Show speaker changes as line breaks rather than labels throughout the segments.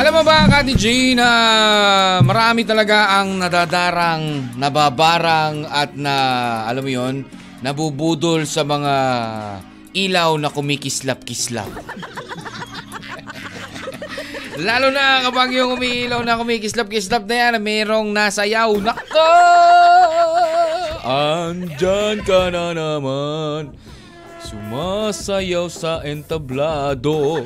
Alam mo ba, Kati G, na marami talaga ang nadadarang, nababarang at na, alam mo yon nabubudol sa mga ilaw na kumikislap-kislap. Lalo na kapag yung umiilaw na kumikislap-kislap na yan, merong nasayaw. Nako! Andyan ka na naman. Sumasayaw sa entablado.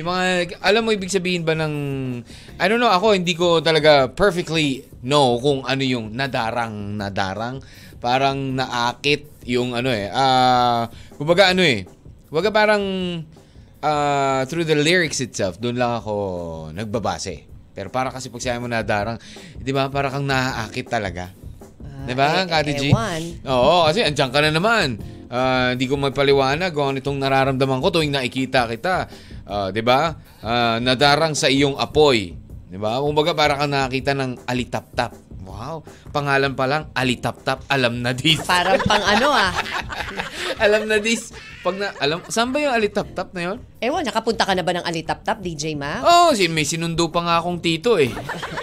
Yung mga, alam mo ibig sabihin ba ng, I don't know, ako hindi ko talaga perfectly know kung ano yung nadarang, nadarang. Parang naakit yung ano eh. ah kumbaga ano eh. Kumbaga parang ah, through the lyrics itself, doon lang ako nagbabase. Pero para kasi pag sabi mo nadarang, di ba, para kang naaakit talaga. Di ba,
eh,
Kati
eh,
G?
ewan.
Oo, kasi andyan ka na naman. Ah, Hindi ko magpaliwanag kung ano itong nararamdaman ko tuwing nakikita kita. Ah, 'Di ba? Ah, nadarang sa iyong apoy. 'Di ba? Kumbaga para kang nakakita ng alitap-tap. Wow, pangalan pa lang alitap-tap, alam na this.
Parang pang ano ah.
alam na this. Pag na alam, saan ba yung alitap-tap na 'yon?
Ewan, nakapunta ka na ba ng Alitap-Tap, DJ Ma?
Oh, si may sinundo pa nga akong tito eh.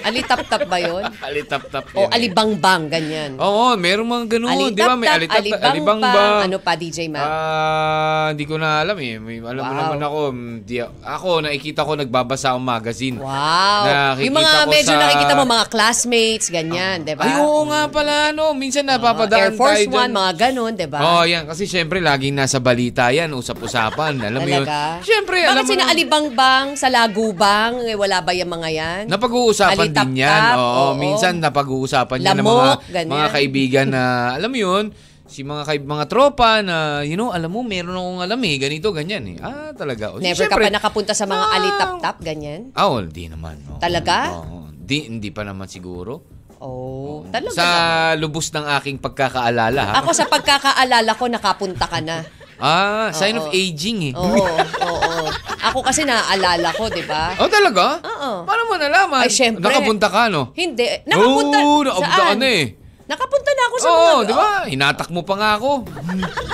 Alitap-Tap ba yon?
alitap-tap. yun
O
eh.
Alibangbang, ganyan.
Oo, merong mga ganun. Oh, Di ba? May
Alitap-tap,
alitap-tap, alibangbang.
alibangbang. Ano pa, DJ Ma?
Ah, hindi ko na alam eh. May, alam mo
Wow.
naman ako, mm, di, ako nakikita ko nagbabasa akong magazine.
Wow.
Nakikita
yung mga
ko sa-
medyo
Ah.
nakikita mo, mga classmates, ganyan, di ba?
Ay, oo nga pala, no. Minsan napapadaan
diba? Ah, Air Force
tayo dyan.
One, mga diba? ganun, di ba?
Oh, yan. Kasi syempre, laging nasa balita yan. Usap-usapan. Alam mo yun.
Talaga?
Syempre,
Bakit
alam mo
sina
na-
Alibangbang, sa Lagubang, eh, wala ba yung mga yan?
Napag-uusapan din
Alitap-tap,
yan. Oo,
oo.
minsan napag-uusapan yan ng mga,
Lamok, ganyan.
mga kaibigan na, alam mo yun, si mga kaib mga tropa na, you know, alam mo, meron akong alam eh, ganito, ganyan eh. Ah, talaga. O,
Never
syempre-
ka pa nakapunta sa mga
Ah.
alitap-tap, ganyan?
Ah, well, di naman. Oo.
Talaga?
Oo. Di, hindi pa naman siguro.
Oh, talaga.
Sa
ba?
lubos ng aking pagkakaalala, ha?
Ako sa pagkakaalala ko, nakapunta ka na.
Ah, sign of
Oo.
aging, eh.
Oo, oo. Ako kasi naaalala ko, di ba?
Oh, talaga?
Oo.
Paano mo nalaman?
Ay, syempre.
Nakapunta ka, no?
Hindi. Nakapunta.
Oo, nakapunta ka
saan?
na eh.
Nakapunta na ako sa
Oo,
mga...
di ba? Hinatak mo pa nga ako.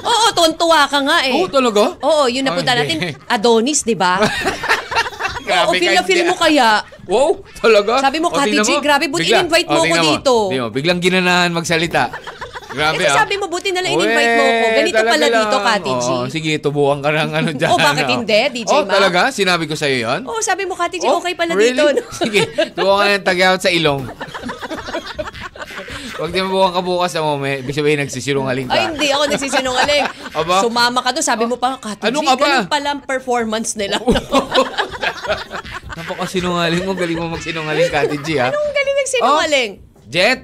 Oo, tuntua ka nga eh.
Oo, talaga?
Oo, yun napunta
Ay,
natin.
hindi.
Adonis, di ba? Oo,
Grabe
feel
ka,
na feel
hindi.
mo kaya.
Wow, talaga?
Sabi mo,
O,
Kati
tingnan
G, grabe, buti
Bigla.
in-invite mo
O,
ako
tingnan
dito. Eh,
Tingnan mo, biglang ginanahan magsalita. Grabe,
Kasi
ah.
sabi mo, buti na lang in-invite mo ako.
Uwe,
Ganito
talaga
pala dito,
lang.
Kati G.
Oo, sige, tubuhan ka ng ano dyan.
Oh, bakit hindi, DJ
Oh,
Ma?
talaga? Sinabi ko sa'yo yun?
Oo, sabi mo, Kati G,
Oh,
okay pala
really?
dito. no?
Sige, tubuhan ka ng tagayawat sa ilong. Huwag di mabuhan ka bukas na mo, may, ibig sabihin nagsisirungaling ka.
Ay, hindi ako nagsisinungaling.
Aba.
Sumama ka doon. Sabi mo pa, Kati
Ano
G,
ka ba?
ganun pala ang performance nila.
Napakasinungaling mo, galing mo magsinungaling, Kati G, ha?
Anong galing nagsinungaling?
Oh, Jet,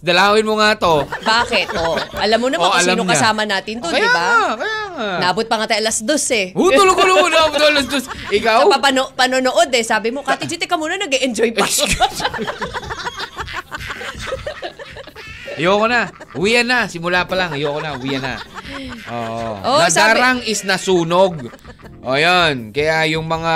dalawin mo nga to.
Bakit? Oh, alam mo naman
Oh,
kung
alam
sino
niya.
kasama natin doon,
kaya
di ba?
nga, kaya nga.
Nabot pa nga tayo alas dos eh.
Oh, tulog ko naman ako alas dos. Ikaw?
Sa papano- panonood eh, sabi mo, Kati G, teka muna, nag enjoy pa.
Ayoko na. Uwian na. Simula pa lang. Ayoko na. Uwian na. Oo.
Oo,
Nadarang is nasunog. O yan. Kaya yung mga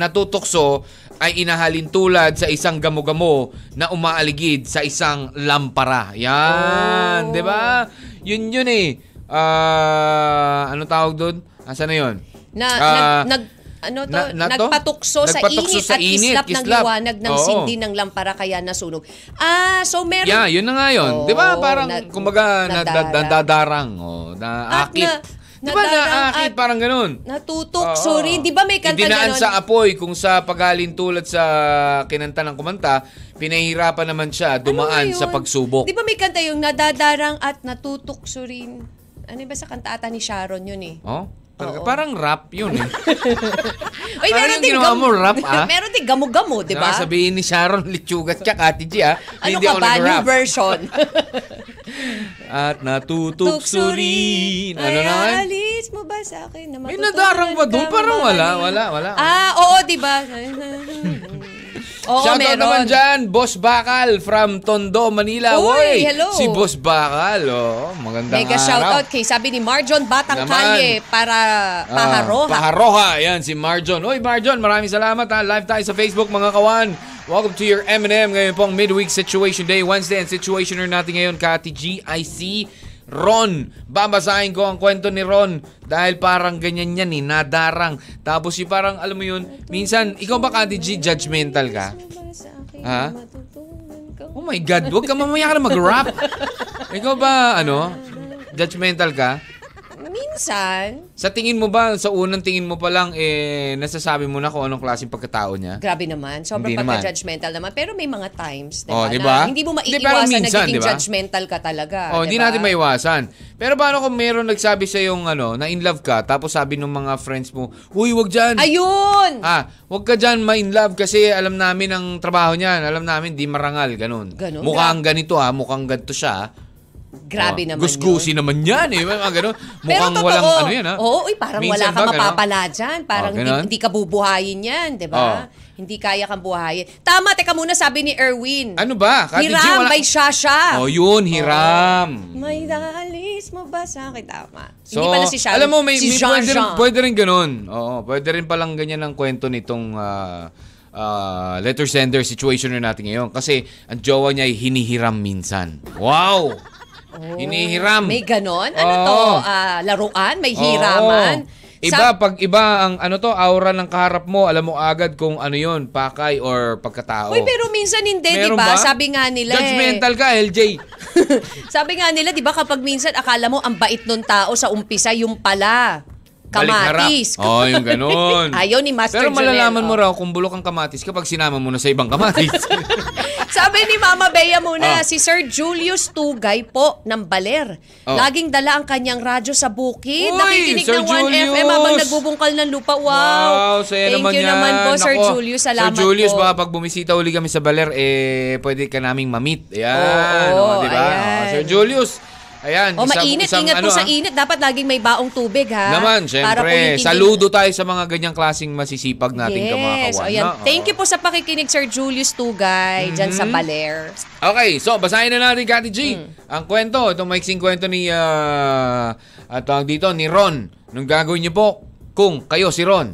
natutokso ay inahalin tulad sa isang gamo-gamo na umaaligid sa isang lampara. Yan.
Oh.
Di ba? Yun yun eh. Ah, ano tawag doon? Asan na yun?
na,
Ah,
nag, nag, ano to,
na- na to?
nagpatukso, sa
Nagpatukso
init
sa
at
init,
islap, ng
islap.
liwanag ng
Oo.
sindi ng lampara kaya nasunog. Ah, so meron.
Yeah, yun na nga yun.
Oo,
di ba? Parang,
nad-
kumbaga,
nadarang.
nadarang. Nadadarang. Oh,
At
naakit.
na-
di ba
nadarang
naakit?
at-
Parang ganun. Oo.
Natutok, sorry. Di ba may kanta
Idinaan
ganon?
sa apoy kung sa paghalin tulad sa kinanta ng kumanta, pinahirapan naman siya
Ano
dumaan
nga
sa
yun?
pagsubok.
Di ba may kanta yung nadadarang at natutoksurin? Ano ba sa kanta ata ni Sharon yun eh?
Oh? Talaga,
Oo.
parang rap yun eh.
Oy,
Parang yung ginawa mo, rap, ah. Diba?
meron din gamo-gamo, di ba?
Nakasabihin ni Sharon Lechuga at Ate G ah.
Ano
hindi
ka
ako
ba? New
nag-rap.
version.
at natutuksurin. Ano
Ay,
na nga? yun?
Alis mo ba sa akin? Na
May
matutunan
nadarang ba doon?
ka
Parang wala,
mamahalin?
wala, wala.
Ah, oo, di ba? oo,
Shoutout
meron.
naman dyan, Boss Bakal from Tondo, Manila.
Uy,
Woy!
hello.
Si Boss Bakal, oh, magandang
Mega
araw.
shoutout kay sabi ni Marjon Batang
Naman.
Kalye para
Ah,
paharoha.
Paharoha. Ayan, si Marjon. Uy, Marjon, maraming salamat ha. Live tayo sa Facebook, mga kawan. Welcome to your M&M. Ngayon pong midweek situation day, Wednesday. And situationer natin ngayon, Kati G, I see Ron. Babasahin ko ang kwento ni Ron. Dahil parang ganyan yan eh, nadarang. Tapos yung parang, alam mo yun, minsan, ikaw ba Kati G, judgmental ka?
Alis mo ba sa akin na
Ha?
matutunan ka?
Oh my God, huwag ka mamaya ka na mag-rap. ikaw ba, ano, judgmental ka?
Minsan,
Sa tingin mo ba, sa unang tingin mo pa lang, eh, nasasabi mo na kung anong klaseng pagkatao niya?
Grabe naman. Sobrang
Hindi naman.
pagka-judgmental naman. Pero may mga times, di
Oh,
ba?
di ba?
na hindi mo
Hindi, pero
maiiwasan
minsan,
na nagiging
di ba?
judgmental ka talaga.
oh, hindi
di ba?
natin maiwasan. Pero paano kung meron nagsabi sa yung ano, na in love ka, tapos sabi ng mga friends mo, Uy, wag dyan!
Ayun!
Ah, wag ka dyan ma in love kasi alam namin ang trabaho niyan. Alam namin, di marangal, ganun.
Ganun,
Mukhang ganito ha, mukhang ganito siya. ha.
Grabe
Oh,
naman
Gusgusi naman yan eh. Mga ganun.
Pero
Mukhang
totoo.
walang ano yan ha.
Oo, uy, parang
Minsan
wala ka
ba, ganun?
mapapala dyan. Parang
Oh,
hindi,
ganun? Oh.
hindi ka bubuhayin yan, di ba? Hindi kaya kang buhayin. Tama, teka muna, sabi ni Erwin.
Ano ba? Kati G,
Hiram
wala-
by Shasha.
Oh, yun, hiram.
May naalis mo ba sa akin? Tama.
So,
hindi pala si Shasha.
alam mo, may, may
si Jean
pwede, rin,
Jean.
pwede rin ganun. Oo, pwede rin palang ganyan ang kwento nitong ah, ah, letter sender situation na natin ngayon. Kasi ang jowa niya ay hinihiram minsan. Wow! Hinihiram.
Oh. May ganon? Ano to?
Oo.
Ah, laruan? May
Oo.
hiraman?
Oh. Iba, pag iba ang ano to, aura ng kaharap mo, alam mo agad kung ano yun, pakay or pagkatao.
Uy, pero minsan hindi, di
Meron
ba? Sabi nga nila
Judgmental ka, LJ.
eh. Sabi nga nila, di ba kapag minsan akala mo ang bait nun tao sa umpisa, yung pala. Kamatis.
Balik harap. Oh, yung ganun.
Ayaw ni Master
Pero malalaman
Jonel,
mo
oh.
raw kung bulok ang kamatis kapag sinama mo na sa ibang kamatis.
Sabi ni Mama Bea
Ah.
muna, si Sir Julius Tugay po ng Baler.
Oh.
Laging dala ang kanyang radyo sa bukid.
Uy,
Nakikinig
Sir
ng 1FM
Julius!
habang nagbubungkal ng lupa. Wow.
Wow, saya
Thank
naman
you
yan.
naman po, Sir
Nako,
Julius. Salamat
Sir Julius,
po.
baka pag bumisita uli kami sa Baler, eh, pwede ka naming mamit. Ayan.
Oo,
o, di ba?
ayan.
O, Sir Julius, ayan.
O mainit, ingat po sa
ah.
init. Dapat laging may baong tubig ha.
Naman,
Para
syempre.
po yung tingin-
Saludo tayo sa mga ganyang klasing masisipag natin ka mga
Yes,
kawan.
ayan.
na, o.
Thank you po sa pakikinig Sir Julius Tugay dyan
Mm-hmm.
sa Baler.
Okay, so basahin na natin Kati G. Ang kwento, itong maiksing kwento ni ah, at tawag dito ni Ron. Nung gagawin niyo po kung kayo si Ron.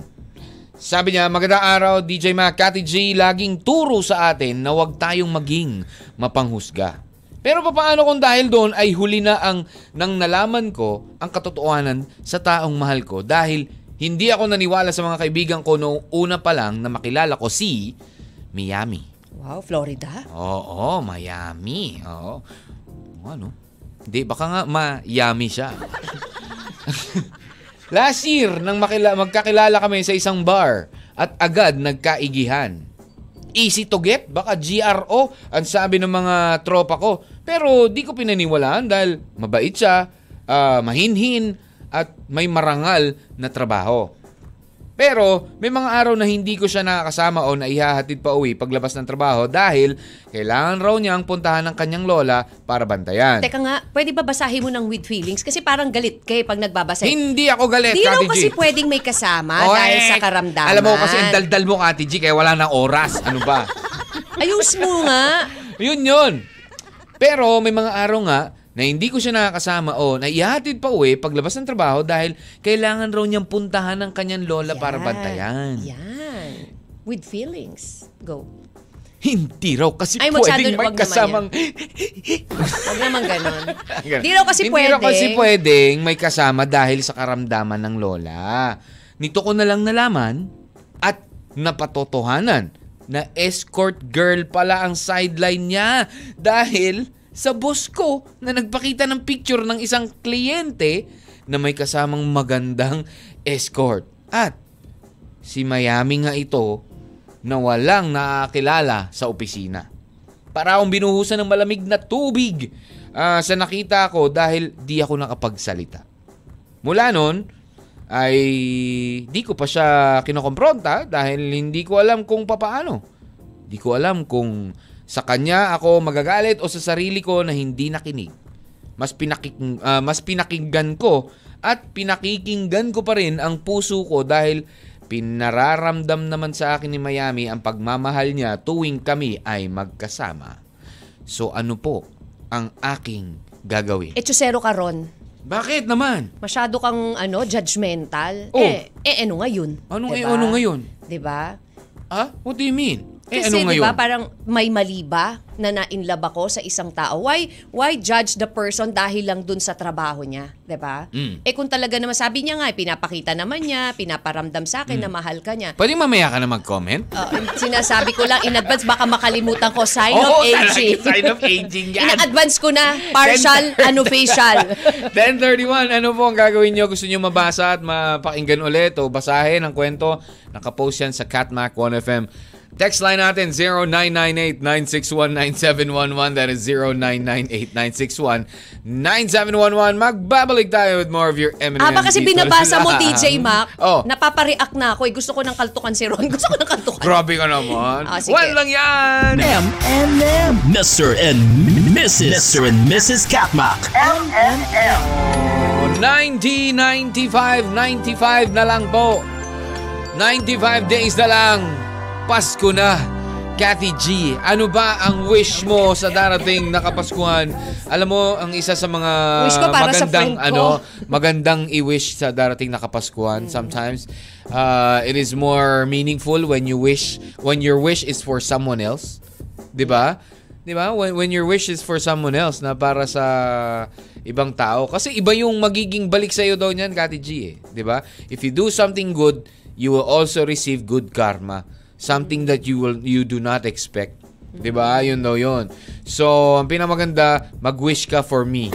Sabi niya, magandang araw DJ Mac, Kati G, laging turo sa atin na huwag tayong maging mapanghusga. Pero papaano kung dahil doon ay huli na ang nang nalaman ko ang katotohanan sa taong mahal ko dahil hindi ako naniwala sa mga kaibigan ko noong una pa lang na makilala ko si Miami.
Wow, Florida.
Oo, Miami. Oo. Ano? Hindi, baka nga Miami siya. Last year, nang makila- magkakilala kami sa isang bar at agad nagkaigihan. Easy to get, baka GRO, ang sabi ng mga tropa ko. Pero di ko pinaniwalaan dahil mabait siya, ah, mahinhin, at may marangal na trabaho. Pero may mga araw na hindi ko siya nakakasama o naihahatid pa uwi paglabas ng trabaho dahil kailangan raw niyang puntahan ng kanyang lola para bantayan.
Teka nga, pwede ba basahin mo ng with feelings? Kasi parang galit ka eh pag nagbabasa.
Hindi ako galit,
Di
Kati
raw
G.
kasi pwedeng may kasama dahil
Correct.
sa karamdaman.
Alam mo kasi ang daldal mo, Kati G, kaya wala nang oras. Ano ba?
Ayos mo nga.
yun yun. Pero may mga araw nga na hindi ko siya nakakasama o naihatid pa uwi paglabas ng trabaho dahil kailangan raw niyang puntahan ng kanyang lola para
Yan.
bantayan.
Yan. With feelings. Go.
Hindi raw kasi
Ay, masyado-
pwedeng may
wag naman
kasamang
Huwag naman ganon.
Ganun.
Di raw kasi
Hindi raw
pwede.
kasi pwedeng may kasama dahil sa karamdaman ng lola. Nito ko na lang nalaman at napatotohanan na escort girl pala ang sideline niya dahil sa boss ko na nagpakita ng picture ng isang kliyente na may kasamang magandang escort. At si Miami nga ito na walang nakakilala sa opisina. Para akong binuhusan ng malamig na tubig ah, sa nakita ko dahil di ako nakapagsalita. Mula noon, ay di ko pa siya kinokompronta dahil hindi ko alam kung papaano. Di ko alam kung sa kanya ako magagalit o sa sarili ko na hindi nakinig. mas pinaking ah, mas pinakinggan ko at pinakikinggan ko pa rin ang puso ko dahil pinararamdam naman sa akin ni Miami ang pagmamahal niya tuwing kami ay magkasama. So ano po ang aking gagawin?
Echosero ka ron.
Bakit naman?
Masyado kang ano, judgmental.
Oh.
Eh, eh, ano ngayon?
Anong eh, ano ngayon?
Diba?
Ah, what do you mean? Eh ano
Kasi di
ngayon?
ba parang may mali ba na nainlove ako sa isang tao? Why why judge the person dahil lang dun sa trabaho niya, 'di ba?
Mm.
Eh kung talaga naman sabi niya nga, eh, pinapakita naman niya, pinaparamdam sa
Mm.
akin na mahal ka niya.
Pwede mamaya ka na mag-comment?
Oh, sinasabi ko lang in advance baka makalimutan ko sign
Oo,
of aging.
talaga, sign of aging yan.
In-advance ko na partial ano facial.
1031, ano po ang gagawin nyo? Gusto nyo mabasa at mapakinggan ulit o basahin ang kwento? Nakapost yan sa Catmac 1FM. Text line natin 0998-961-9711. That is 0998-961-9711. Magbabalik tayo with more of your M&M's.
Aba Ah, kasi
dito
binabasa mo
lang.
TJ Mac,
Oh.
napapareact na ako. Eh. Gusto ko ng kaltukan si Ron. Gusto ko ng kaltukan.
Grabe ka naman.
Ah, sige.
One lang yan!
Mr. and Mrs. Mr. and Mrs. Katmak.
MNM.
90, 95, 95 na lang po. 95 days na lang. Pasko na. Kathy G, ano ba ang wish mo sa darating na Kapaskuhan? Alam mo, ang isa sa mga
Wish ko para sa
magandang
friend ko.
ano, magandang i-wish sa darating na Kapaskuhan sometimes uh, it is more meaningful when you wish when your wish is for someone else. 'Di ba? 'Di ba? When when your wish is for someone else na para sa ibang tao kasi iba yung magiging balik sa iyo daw niyan, Kati G, eh. 'di ba? If you do something good, you will also receive good karma, something that you will you do not expect. 'Di ba? Yun daw yun. So, ang pinamaganda, mag-wish ka for me.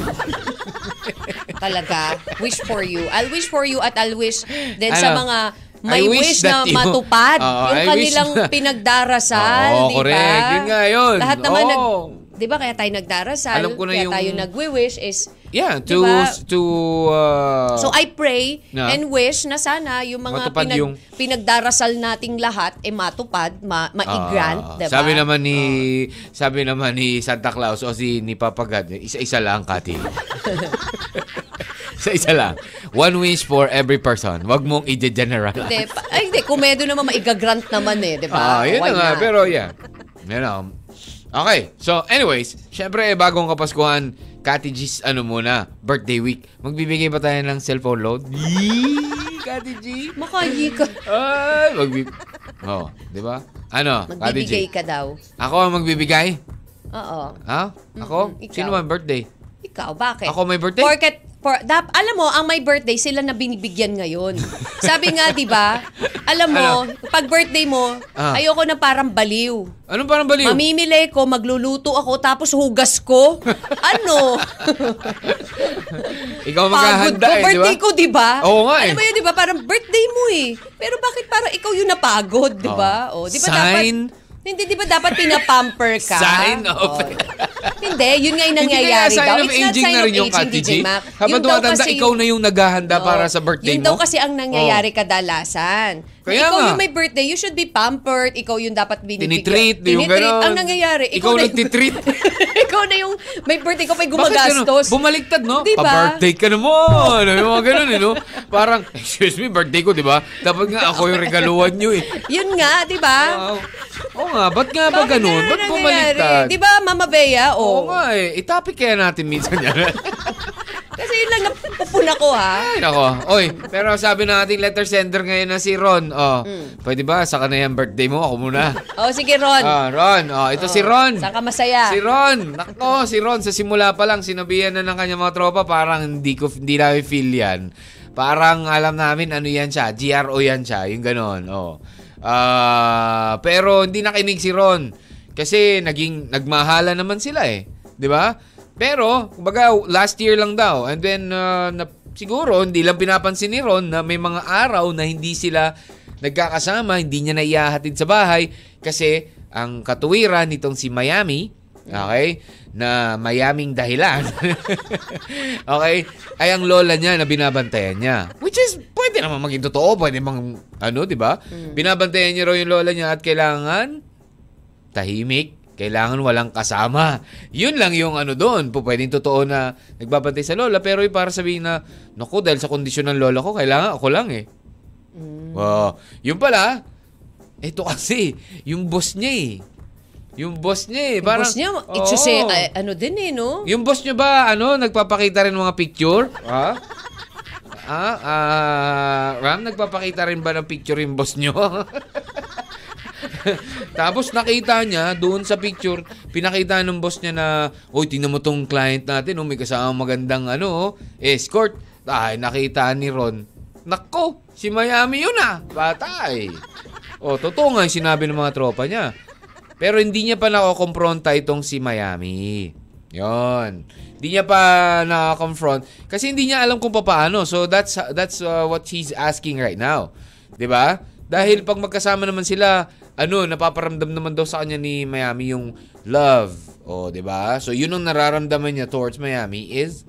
talaga. Wish for you. I'll wish for you at I'll wish then sa
Ano?
mga
I
may
wish
wish, na
that you-
matupad
Oo,
yung
I wish
kanilang
na-
pinagdarasal,
Oo,
di
correct.
ba?
Yun nga yun.
Lahat naman
Oo.
nag 'di ba kaya tayo nagdarasal,
Alam ko na
kaya
yung-
tayo nagwi-wish is
Yeah,
Di
to
ba?
to uh,
So I pray
Na?
and wish na sana yung mga
Matupad
pinag-
yung-
pinagdarasal nating lahat eh matupad,
ah,
ma- ma-grant, di ba?
Sabi naman ni sabi naman ni Santa Claus o si ni Papa God, isa-isa lang Kati. isa-isa lang. One wish for every person. Wag mong i-generalize.
Hindi, pa- ay, hindi. Kumedo naman, maigagrant naman eh, di
Ah,
ba?
yun
Why
na nga.
not?
Pero yeah. You know. Okay. So, anyways, syempre, eh, bagong kapaskuhan, Kati G's, ano muna, birthday week. Magbibigay ba tayo ng cellphone load? Yee! Kati G!
Makayi ka.
Ah, Ay, magbibigay. Oo, di ba? Ano, Kati G?
Magbibigay ka daw.
Ako ang magbibigay?
Oo.
Ha? Ako?
Mm-mm, ikaw.
Sino man birthday?
Ikaw, bakit?
Ako may birthday?
Porket, por, dap, alam mo, ang may birthday, sila na binibigyan ngayon. Sabi nga, di ba? Alam mo, pag birthday mo,
Ah.
ayoko na parang baliw.
Anong parang baliw?
Mamimili ko, magluluto ako, tapos hugas ko. Ano?
Ikaw
Pagod
maghahanda
ko.
eh, di ba?
birthday ko, di ba?
Oo nga eh.
Alam mo yun, di ba? Parang birthday mo eh. Pero bakit parang ikaw yung napagod, di ba?
Oo.
O, di ba
Sign?
dapat... Hindi, di ba dapat pinapamper ka?
Sign of-
O. Hindi, yun nga yung
Hindi kaya
nangyayari
sign
daw.
of
It's not
aging
sign
na
of
rin yung
aging,
Kati G.
DJ Mac.
Habang
Yun daw
tumatanda,
kasi
ikaw na yung naghahanda
Oo.
para sa birthday
yun
mo.
daw kasi ang nangyayari
Oo.
kadalasan. Na
Kaya
ikaw
nga.
yung may birthday, you should be pampered. Ikaw yung dapat binibigyan.
Tinitreat, di yung
Tinitreat.
ganon.
Ang nangyayari, ikaw,
Ikaw
na
nagtitreat.
ikaw na yung may birthday, ikaw pa yung
Bakit ganun?
gumagastos.
Bumaliktad, no?
Di ba?
Pa-birthday ka naman. Ano yung mga ganun, eh, no? Parang, excuse me, birthday ko, di ba? Dapat nga ako yung regaluhan nyo, eh.
Yun nga, di ba?
Oo Oo nga, ba't nga ba
Bakit
ganun?
ganun
Ba't
ang
bumaliktad?
nangyayari? Di ba, Mama Bea? Oh.
Oo
Oo.
nga, eh. Itapik kaya natin minsan yan.
Kasi yun lang napupuna ko, ha?
Ay, nako. Oy, pero sabi na ating letter sender ngayon na si Ron. Oh, pwede ba? Saka na yan birthday mo. Ako muna.
O, Oh, sige, Hmm. Ron.
Ah, Ron. Oh, ito si Ron.
Saan ka masaya?
Si Ron. Nako, si Ron. Sa simula pa lang, sinabihan na ng kanya mga tropa. Parang hindi, ko, hindi namin feel yan. Parang alam namin ano yan siya. GRO yan siya. Yung ganon. Oh. Ah, pero hindi nakinig si Ron. Kasi naging nagmahala naman sila eh. 'Di ba? Pero, kumbaga, last year lang daw. And then, ah, na, siguro, hindi lang pinapansin ni Ron na may mga araw na hindi sila nagkakasama, hindi niya naiyahatid sa bahay kasi ang katuwiran nitong si Miami, okay, na Miaming dahilan, okay, ay ang lola niya na binabantayan niya. Which is, pwede naman maging totoo, pwede mang,
Mm.
ano, di ba? Binabantayan niya raw yung lola niya at kailangan tahimik, Kailangan walang kasama. Yun lang yung ano doon. Po, pwedeng totoo na nagbabantay sa lola. Pero yung para sabihin na, naku, dahil sa kondisyon ng lola ko, kailangan ako lang eh.
Mm.
Wow. Yung pala, ito kasi, yung boss niya eh. Yung boss niya eh.
Yung
Parang,
boss niya,
Oo.
it's just a- a- ano din eh, no?
Yung boss nyo ba, ano, nagpapakita rin ng mga picture? Ha? Ah, ah, Ram, nagpapakita rin ba ng picture yung boss nyo? Tapos nakita niya doon sa picture, pinakita ng boss niya na, oy, tingnan mo tong client natin, oh, may kasamang magandang ano, oh, escort. Ay, nakita ni Ron. Nako, si Miami yun ah, batay. Oh, totoo nga yung sinabi ng mga tropa niya. Pero hindi niya pa nakokompronta itong si Miami. Yon. Hindi niya pa na-confront kasi hindi niya alam kung paano. So that's that's uh, what he's asking right now. 'Di ba? Dahil pag magkasama naman sila, ano, napaparamdam naman daw sa kanya ni Miami yung love. O, 'di ba? So yun ang nararamdaman niya towards Miami is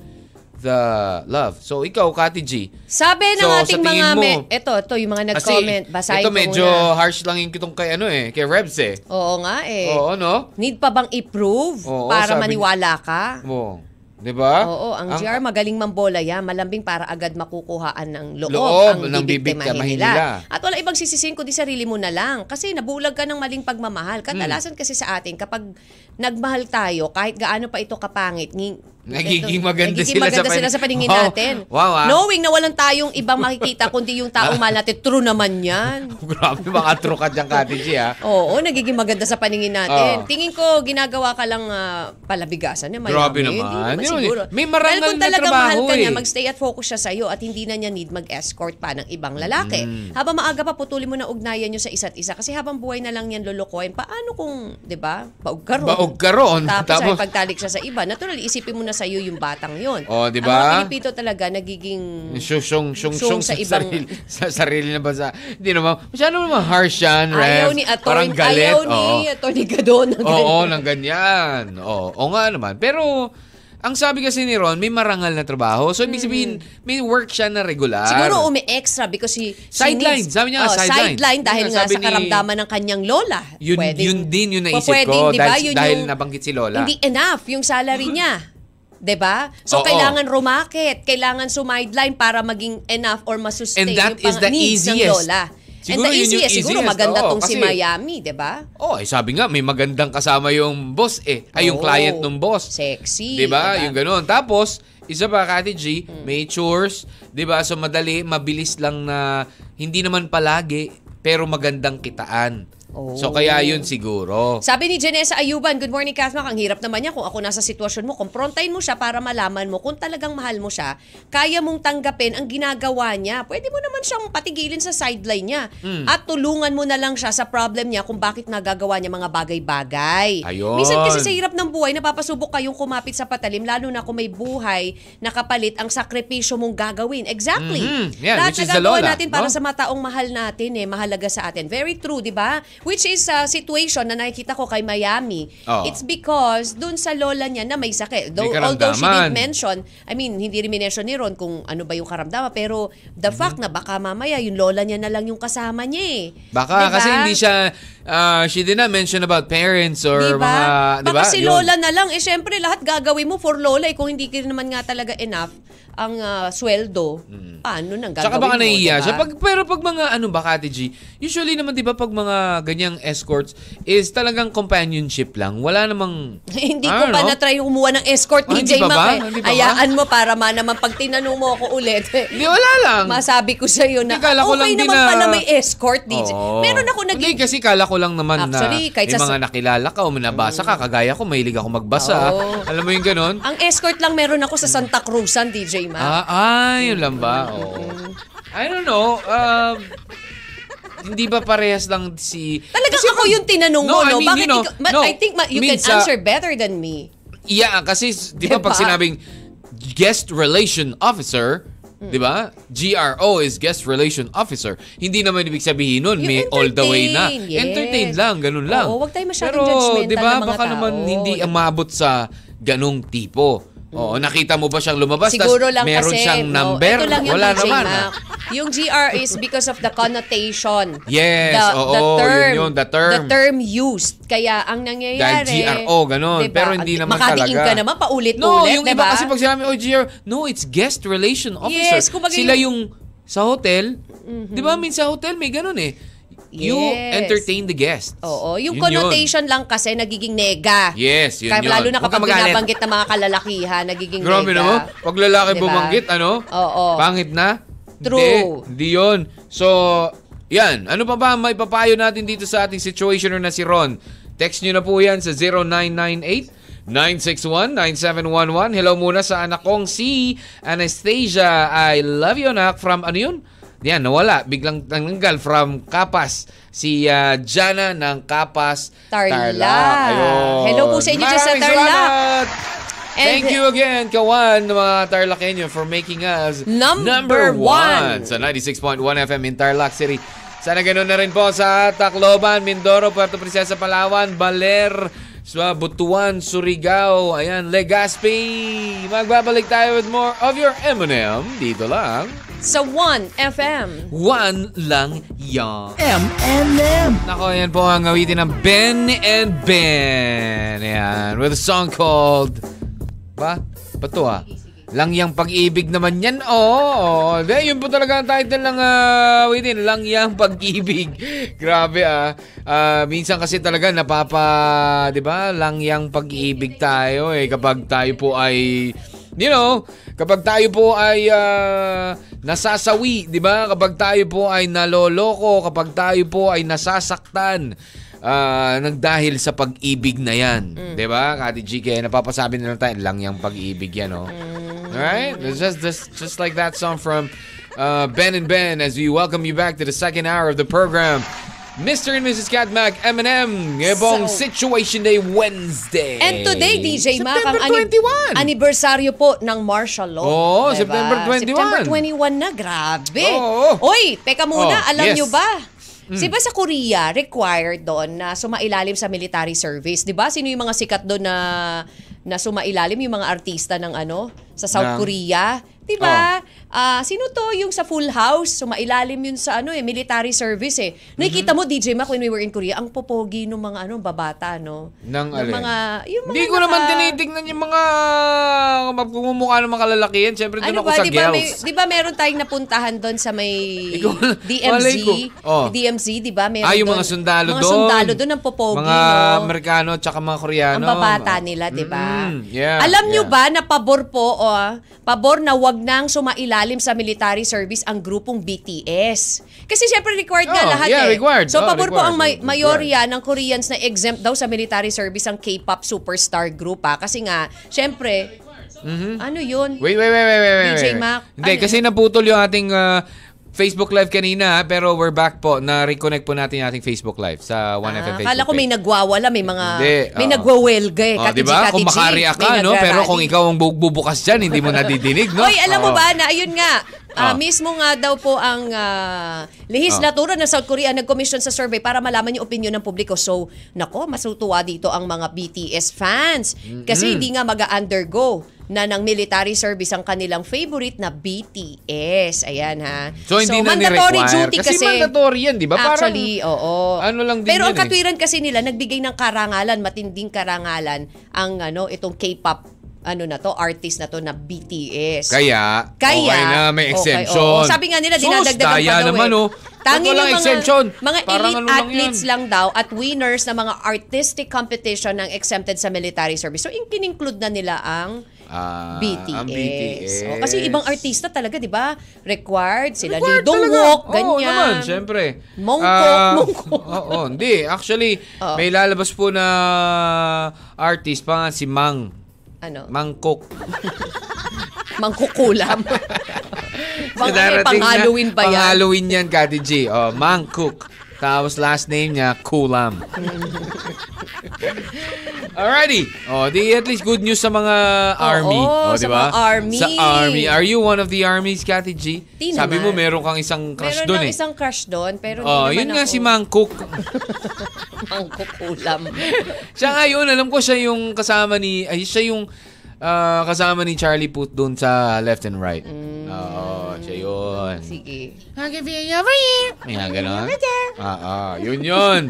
the love. So ikaw, Kati G,
Sabi ng
So, sa
ating
tingin
mga...
mo-
me- eto, ito, yung mga
kasi
nag-comment. Basahin
ito
ko
medyo
muna.
harsh lang yung kitong kay ano eh, kay Rebs eh.
Oo nga eh.
Oo, no?
Need pa bang i-prove
Oo,
para
sabi-
maniwala ka?
Oo. 'Di ba?
Oo, ang, GR magaling mambola yan. Malambing para agad makukuhaan ng loob,
Loob ng
ang bibiktimahin
bibiktimahin
nila.
nila.
At wala ibang sisisihin kundi sarili mo na lang. Kasi nabulag ka ng maling pagmamahal.
Hmm.
Kadalasan kasi sa atin, kapag nagmahal tayo, kahit gaano pa ito kapangit, ngi-
Nagiging
ito-
maganda
nagiging
sila sa
maganda
pan-
sila sa paningin
Wow.
natin.
Wow, ah.
Knowing na walang tayong ibang makikita kundi yung taong mahal natin, true naman yan.
Grabe, mga true ka dyan, Kati G, eh, ha?
Oo, nagiging maganda sa paningin
Oo.
natin. Tingin ko, ginagawa ka lang ah, palabigasan niya. Miami.
Grabe
Hindi
naman.
naman
Hindi naman
siguro.
eh. May marangal
Dahil kung
na
talaga
trabaho
mahal ka niya,
eh.
magstay at focus siya sa'yo at hindi na niya need mag-escort pa ng ibang lalaki.
Mm.
Habang maaga pa, putulin mo na ugnayan niyo sa isa't isa. Kasi habang buhay na lang yan lulukoyin, paano kung, di ba, baog ka ron.
Baog ka ron.
Tapos,
Tapos-
ay pagtalik siya sa iba. Naturally, isipin mo na sa'yo yung batang yon.
Oo, Oh, di
Ang mga
ba?
Pilipino talaga, nagiging...
Shushong, shung, shung,
Shung Mm. sa
sa,
ibang-
sarili, sa sarili na bansa. Hindi naman, masyado naman harsh yan, Rev.
Ayaw ni Atty.
Parang galit.
Ayaw ni Atty. Gadon. ng
Oo, oo,
ganyan.
ng ganyan. Oo, oo nga naman. Pero, ang sabi kasi ni Ron, may marangal na trabaho. So, ibig sabihin, may work siya na regular.
Mm. Siguro um- umi-extra because he, she
Ano? Sideline.
needs-
Sabi niya nga,
Oh,
sideline.
dahil
Yun nga,
nga
sabi
sa
ni-
karamdaman ng kanyang lola.
Yun,
Pwedeng-
yun din yung naisip ko
Pwedeng, di ba,
dahil,
yun
dahil
yung-
nabanggit si Lola.
Hindi enough yung salary niya. 'Di ba? So
Oo.
kailangan rumakit, kailangan sumideline para maging enough or masustain
And that
yung
is the
needs ng
easiest.
lola.
Siguro
And the
yun yung
easiest, siguro
easiest,
maganda
oo,
tong si
kasi-
Miami, 'di ba?
Oh, eh, sabi nga, may magandang kasama yung boss eh. Ay, yung
Oo.
client ng boss. 'Di ba?
Sexy, diba? Mm.
Yung ganun. Tapos, isa pa, Kati G, may chores. 'di ba So, madali, mabilis lang na hindi naman palagi, pero magandang kitaan.
Oo.
So, kaya yun siguro.
Sabi ni Janessa Ayuban, Good morning, Kathmak. Ang hirap naman niya kung ako nasa sitwasyon mo. Komprontahin mo siya para malaman mo kung talagang mahal mo siya. Kaya mong tanggapin ang ginagawa niya. Pwede mo naman siyang patigilin sa sideline niya.
Hmm.
At tulungan mo na lang siya sa problem niya kung bakit nagagawa niya mga bagay-bagay.
Ayun.
Minsan kasi sa hirap ng buhay, napapasubok kayong kumapit sa patalim, lalo na kung may buhay na kapalit ang sakripisyo mong gagawin. Exactly.
Mhm. Yan,
Lahat
which is the
nagagawa
lola,
natin
no?
para sa mga taong mahal natin eh, mahalaga sa atin. Very true, 'di ba? Which is a situation na nakikita ko kay Miami.
Oo.
It's because dun sa lola niya na may sakit. Though,
May
although she did
karamdaman.
mention, I mean, hindi rin minention ni Ron kung ano ba yung karamdaman, pero the
Mm-hmm.
fact na baka mamaya yung lola niya na lang yung kasama niya eh.
Baka
'Di ba?
kasi hindi siya, ah, she did not mention about parents or mga, di
Diba?
ba?
Baka si Lola na lang. Eh, syempre, lahat gagawin mo for Lola. Eh, kung hindi ka naman nga talaga enough ang ah, sweldo, paano nang gagawin
Mm. Tsaka baka
mo?
nahihiya
diba?
siya. Pag, pero pag mga ano ba, Kati G, usually naman, di ba, pag mga ganyang escorts, is talagang companionship lang. Wala namang, I
Hindi ko
don't
pa
know.
na-try kumuha ng escort
Ah,
ni
hindi
J.
pa ba?
Mac.
Hindi pa
Eh.
ba?
Hayaan mo para ma naman pag tinanong mo ako ulit.
Hindi, wala lang.
Masabi ko sa iyo na
Hindi, kala ko
okay
lang din
naman
na-
pala may escort DJ.
Oo.
Meron ako
Hindi,
naging
kasi kala ko lang naman
Actually,
na
kahit
may
sa-
mga nakilala ka o may nabasa ka. Kagaya ko, mahilig ako magbasa.
Oo.
Alam mo yung ganun?
Ang escort lang meron ako sa Santa Cruzan DJ Mac.
Hmm. Ah, ah, yun lang ba? Oo. I don't know. Um, hindi ba parehas lang si...
Talagang
Kasi
ako yung tinanong
No,
mo,
I
no?
mean,
Bakit
you know,
ikaw- but
no,
I think ma- you can
minsan-
answer better than me.
Yeah, kasi s- 'di ba
Diba?
pag sinabing guest relation officer,
Mm.
'di ba? GRO is guest relation officer. Hindi naman ibig sabihin nun
You
may all the way na.
entertain, yes.
Entertain lang, ganun lang.
Oo, wag tayo masyadong
Pero,
judgmental
'di ba,
ng mga
baka
tao.
naman hindi umabot sa ganung tipo. Oo, nakita mo ba siyang lumabas? Tas
Mm. Siguro lang
meron
kasi,
siyang
no,
number.
ito lang yung
Wala
DJ
naman.
Mac.
ah.
Yung GR is because of the connotation.
Yes, oo, yun yun, the term.
The term used. Kaya ang nangyayari...
Dahil GRO, ganun.
diba?
Pero hindi
At
naman
makadiin
talaga.
ka naman, paulit-ulit,
No, yung
diba?
iba kasi pag sinabi, oh, GR, no, it's guest relation officer.
Yes, kumbaga Mm-hmm.
Sila yung sa hotel, di ba, minsan sa hotel may ganun eh. You
Yes.
entertain the guests.
Oo,
Yun
yung
yun.
connotation lang kasi nagiging nega.
Yes, yun
Kaya
yun.
lalo na
Huwag ka
kapag
magalit.
binabanggit ng mga kalalakihan, nagiging
Grabe
nega.
naman. Pag lalaki
Diba?
bumanggit, ano?
Oo.
Pangit na?
True.
Hindi, hindi yun. So, yan. Ano pa ba may papayo natin dito sa ating situationer na si Ron? Text nyo na po yan sa 0998-961-9711. Hello muna sa anak kong si Anastasia. I love you, anak. From ano yun? Yan, nawala. Biglang tanggal from Kapas. Si ah, Jana ng Kapas,
Tarlac.
Tarlac. Ayun.
Hello po sa inyo dyan sa
Maraming
Tarlac.
salamat. Thank
And-
you again, Kawan, mga Tarlakenyo, for making us
Number
one
one.
sa 96.1 FM in Tarlac City. Sana ganun na rin po sa Tacloban, Mindoro, Puerto Princesa, Palawan, Baler, sa Butuan, Surigao, ayan, Legazpi. Magbabalik tayo with more of your M&M dito lang.
Sa 1FM.
One lang yan.
M&M.
Nako, yan po ang awitin ng Ben and Ben. Ayan, with a song called... Ba? Ba't to ah? Langyang pag-ibig naman yan. Oo. Oh, yun po talaga ang title ng ah, awitin. Langyang pag-ibig. Grabe ah. Ah, minsan kasi talaga napapa, 'di ba? Langyang pag-ibig tayo eh kapag tayo po ay you know, kapag tayo po ay ah, nasasawi, 'di ba? Kapag tayo po ay naloloko, kapag tayo po ay nasasaktan, ah, nang dahil sa pag-ibig na yan.
Mm.
'Di ba? Kati GK, napapasabi na lang tayo, lang yung pag-ibig yan, oh.
Mm.
Alright? It's Just, just, just like that song from uh, Ben and Ben as we welcome you back to the second hour of the program. Mr. and Mrs. Catmac, M&M, ngayong
So-
Situation Day Wednesday.
And today, DJ Mac, ang
September
ani-
21!
anibersaryo po ng martial law.
Oo,
Diba?
September 21.
September 21 na, grabe.
Oo.
Oy, teka muna,
Oh,
alam
yes. Mm.
nyo ba? Di ba sa Korea, required doon na sumailalim sa military service? Di ba? Sino yung mga sikat doon na na sumailalim yung mga artista ng ano sa South
Ng- Oh.
Korea? Di ba? Ah, sino to yung sa Full House? Sumailalim yun sa ano eh, military service eh. Nakikita mo DJ Mac when we were in Korea, ang popogi ng mga ano babata no.
Ng alin?
mga yung mga
Hindi ko
naka-
naman tinitignan yung mga magmumukha ng mga lalaki yan. Siyempre, doon
Ano
ako
ba,
sa
di ba, may,
girls.
di ba meron tayong napuntahan doon sa may
Ikaw, malay
DMZ?
ko. Oh.
DMZ, di ba? Meron
ah, yung
doon-
mga sundalo
mga
doon.
sundalo doon ang popogi,
Mga
no?
Amerikano tsaka mga Koreano.
Ang babata nila, di ba?
Ano? Mm-mm. Yeah,
Alam nyo
yeah.
ba na pabor po, o, ah, pabor na wag nang sumailalim sa military service ang grupong BTS. Kasi syempre required nga
Oh,
lahat
yeah,
eh.
required. Oh,
So pabor po
required.
ang may-
Required.
mayorya ng Koreans na exempt daw sa military service ang K-pop superstar group ha. Kasi nga, syempre, ano yun?
Mm-hmm. Wait, wait, wait, wait, wait, wait.
DJ
wait.
Mac,
Hindi,
ano?
kasi naputol yung ating ah, Facebook Live kanina, ah, pero we're back po. Na-reconnect po natin yung ating Facebook Live sa 1FM
Ah,
Facebook
Akala ko may
page.
nagwawala, may mga
Hindi,
may
oo.
nagwawelga eh.
Oh,
Kati
di ba?
G, Kati
Kung
G,
makarya ka,
may
no?
nagrarally.
Pero kung ikaw ang bu- bubukas dyan, hindi mo nadidinig, no?
Hoy, alam
Oo.
mo ba na ayun nga, ah,
Ah.
mismo nga daw po ang ah, lehislatura ng South Korea nag-commission sa survey para malaman yung opinion ng publiko. So, nako, masutuwa dito ang mga BTS fans kasi hindi nga mag-undergo na ng military service ang kanilang favorite na BTS. Ayan ha.
So, hindi na
mandatory
ni-require.
duty kasi.
Kasi mandatory yan, di ba? Parang-
Actually, oo.
Ano lang din
Pero
yun
ang
eh.
katwiran kasi nila, nagbigay ng karangalan, matinding karangalan, ang ano, itong K-pop ano na to, artist na to na BTS.
Kaya,
Kaya,
okay na may
okay,
exemption.
oo. Sabi nga nila,
Sus,
dinadagdagan
daya
pa daw
naman,
eh.
oh. Ba't
Tangi
walang
ng mga,
exemption?
mga
Parang
elite
ano lang
athletes
yan?
lang, daw at winners ng mga artistic competition ng exempted sa military service. So, in- include na nila ang
Ah,
BTS.
Ang BTS.
Oo, Oh, kasi yung ibang artista talaga, di ba? Required. Sila
Required
ni Dong
talaga.
Wook,
Oo,
ganyan.
naman, syempre.
Mongkok,
Ah,
mongkok.
Oo, hindi. Actually,
Oo.
may lalabas po na artist pa nga si Mang.
Ano?
Mangkok.
Mangkukulam. Pang,
So, darating
pang
na-
Halloween ba
Pang
yan?
Halloween yan, Kati G. Oh, Mangkok. Tapos last name niya, Kulam. Alrighty. Oh, di at least good news sa mga army.
Oo,
oh, di
sa
ba?
mga army.
Sa army. Are you one of the armies, Kati G?
Di
Sabi mo
naman.
meron kang isang crush
Meron
doon
ng
eh.
isang crush doon, pero hindi
oh,
naman
yun nga
ako.
si Mangkok.
Mangkukulam.
siya nga yun, alam ko siya yung kasama ni, ay siya yung ah, kasama ni Charlie Puth doon sa left and right.
Mm.
Oo, siya yun.
Sige.
May nga ganon. Oo, yun yun.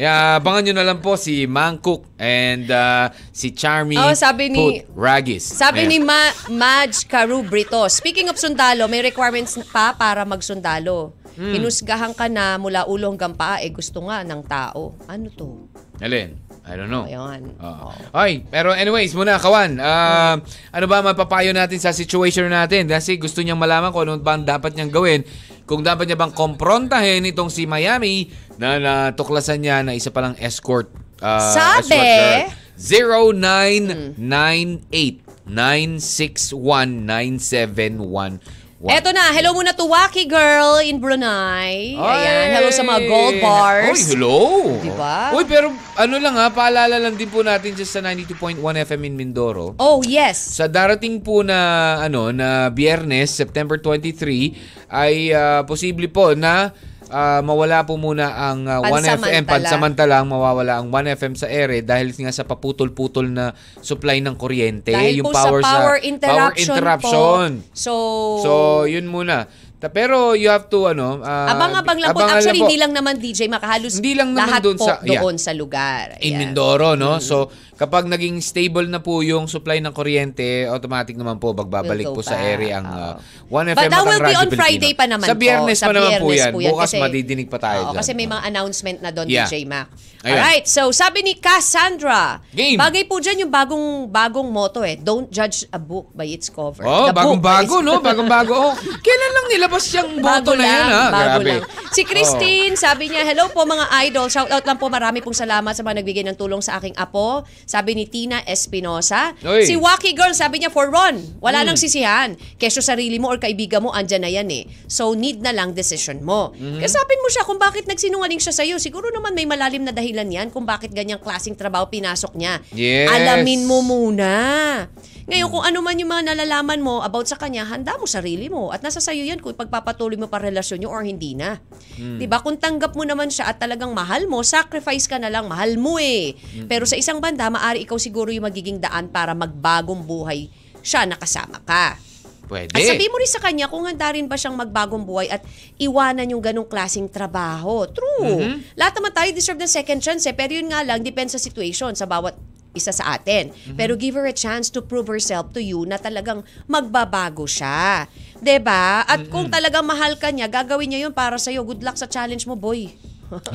Yeah, abangan nyo na lang po si Mangkok and ah, si Charmy
Oh, sabi ni-
Puth Ragis.
Sabi
Ayan.
ni Ma- Madge Caru Brito, speaking of sundalo, may requirements pa para magsundalo.
Hmm.
Hinusgahan ka na mula ulo hanggang paa, eh gusto nga ng tao. Ano to?
Alin? I don't know.
Ayun.
Oo. Ay, pero anyways, muna, Kawan, ah, ano ba mapapayo natin sa situation natin? Kasi gusto niyang malaman kung ano ba ang dapat niyang gawin. Kung dapat niya bang komprontahin itong si Miami na natuklasan niya na isa palang escort. ah,
Sabi?
escort girl. 0998-961-9711.
Eto na, hello muna to Wacky Girl in Brunei. Ayan, hello sa mga gold bars.
Uy, hello.
Diba?
Uy, pero ano lang ha, paalala lang din po natin dyan sa 92.1 FM in Mindoro.
Oh, yes.
Sa darating po na ano na Biyernes, September 23 ay ah, posible po na ah, mawala po muna ang ah, 1FM
Pansamantala.
pansamantalang mawawala ang 1FM sa ere dahil nga sa paputol-putol na supply ng kuryente,
Dahil po sa power interruption, po. So,
So, yun muna. Ta- pero you have to ano, ah,
abang-abang lang po.
abangan
Actually,
po.
hindi lang naman DJ, makahalos
Hindi lang naman
lahat
doon
po
sa- yeah.
doon sa lugar.
in
Ayan.
Mindoro, no? So, kapag naging stable na po yung supply ng kuryente, automatic naman po bagbabalik
Will
po
go
sa
back.
area ang uh,
Oo.
1FM
But that
at ang
will be
Radyo
on Friday
Pilipino.
pa naman
Sa biyernes
po.
pa naman po
Biyernes
yan. Bukas
kasi-
madidinig pa tayo
Oo,
dyan.
kasi may mga announcement na doon,
Yeah.
DJ Mac.
Ayan.
Alright, so sabi ni Cassandra,
Game.
bagay po dyan yung bagong bagong motto eh, don't judge a book by its cover.
Oh,
The book by
bagong-bago,
its-
no? Bagong-bago. Oh, kailan lang nilabas yung boto
Bago
na yan,
lang,
ha?
bago
Grabe. Oh.
lang. Si Christine, sabi niya, hello po mga idol. Shout out lang po, marami pong salamat sa mga nagbigay ng tulong sa aking apo. Sabi ni Tina Espinosa.
Oy. Hmm.
Si Wacky Girl, sabi niya, for Ron, wala nang sisihan. Kesyo sarili mo or kaibigan mo, andyan na yan eh. So, need na lang decision mo.
Mhm.
Kasapin mo siya kung bakit nagsinungaling siya sa'yo. Siguro naman may malalim na dahilan yan kung bakit ganyang klaseng trabaho pinasok niya.
Yes.
Alamin mo muna. Ngayon, kung ano man yung mga nalalaman mo about sa kanya, handa mo sarili mo. At nasa sayo yan kung pagpapatuloy mo pa relasyon nyo or hindi na. 'Di ba Kung tanggap mo naman siya at talagang mahal mo, sacrifice ka na lang, mahal mo eh. Pero sa isang banda, maari ikaw siguro yung magiging daan para magbagong buhay siya nakasama ka.
Pwede.
At sabi mo rin sa kanya kung handa rin ba siyang magbagong buhay at iwanan yung ganong klaseng trabaho. True.
Mhm.
Lahat naman tayo deserve ng second chance eh. Pero yun nga lang, depends sa situation sa bawat isa sa atin.
Mhm.
Pero give her a chance to prove herself to you na talagang magbabago siya. 'Di ba? At
Mhm.
kung talagang mahal ka niya, gagawin niya yun para sa'yo. Good luck sa challenge mo, boy.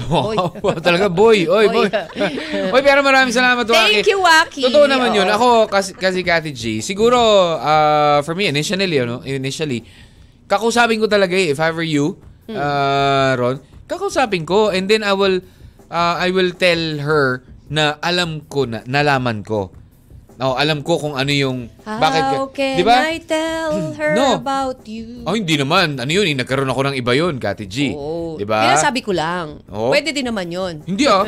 boy.
Wow, talaga boy. Oy, boy.
Boy.
Oy, pero maraming salamat, Waki.
Thank you, Waki.
Totoo naman yun.
Oo.
Ako, kasi, kasi Kati G, siguro, ah, for me, initially, ano, initially, kakusapin ko talaga eh, if I were you,
Hmm.
ah, Ron, kakusapin ko, and then I will, ah, I will tell her na alam ko na, nalaman ko. Oh, alam ko kung ano yung,
How
bakit, ka-
can
di ba?
I tell her
No.
about you?
Oh, hindi naman. Ano yun? eh, Nagkaroon ako ng iba yun, Kati G.
Oo.
Di ba?
Pinasabi ko lang.
Oo.
Pwede din naman yun.
Hindi ah.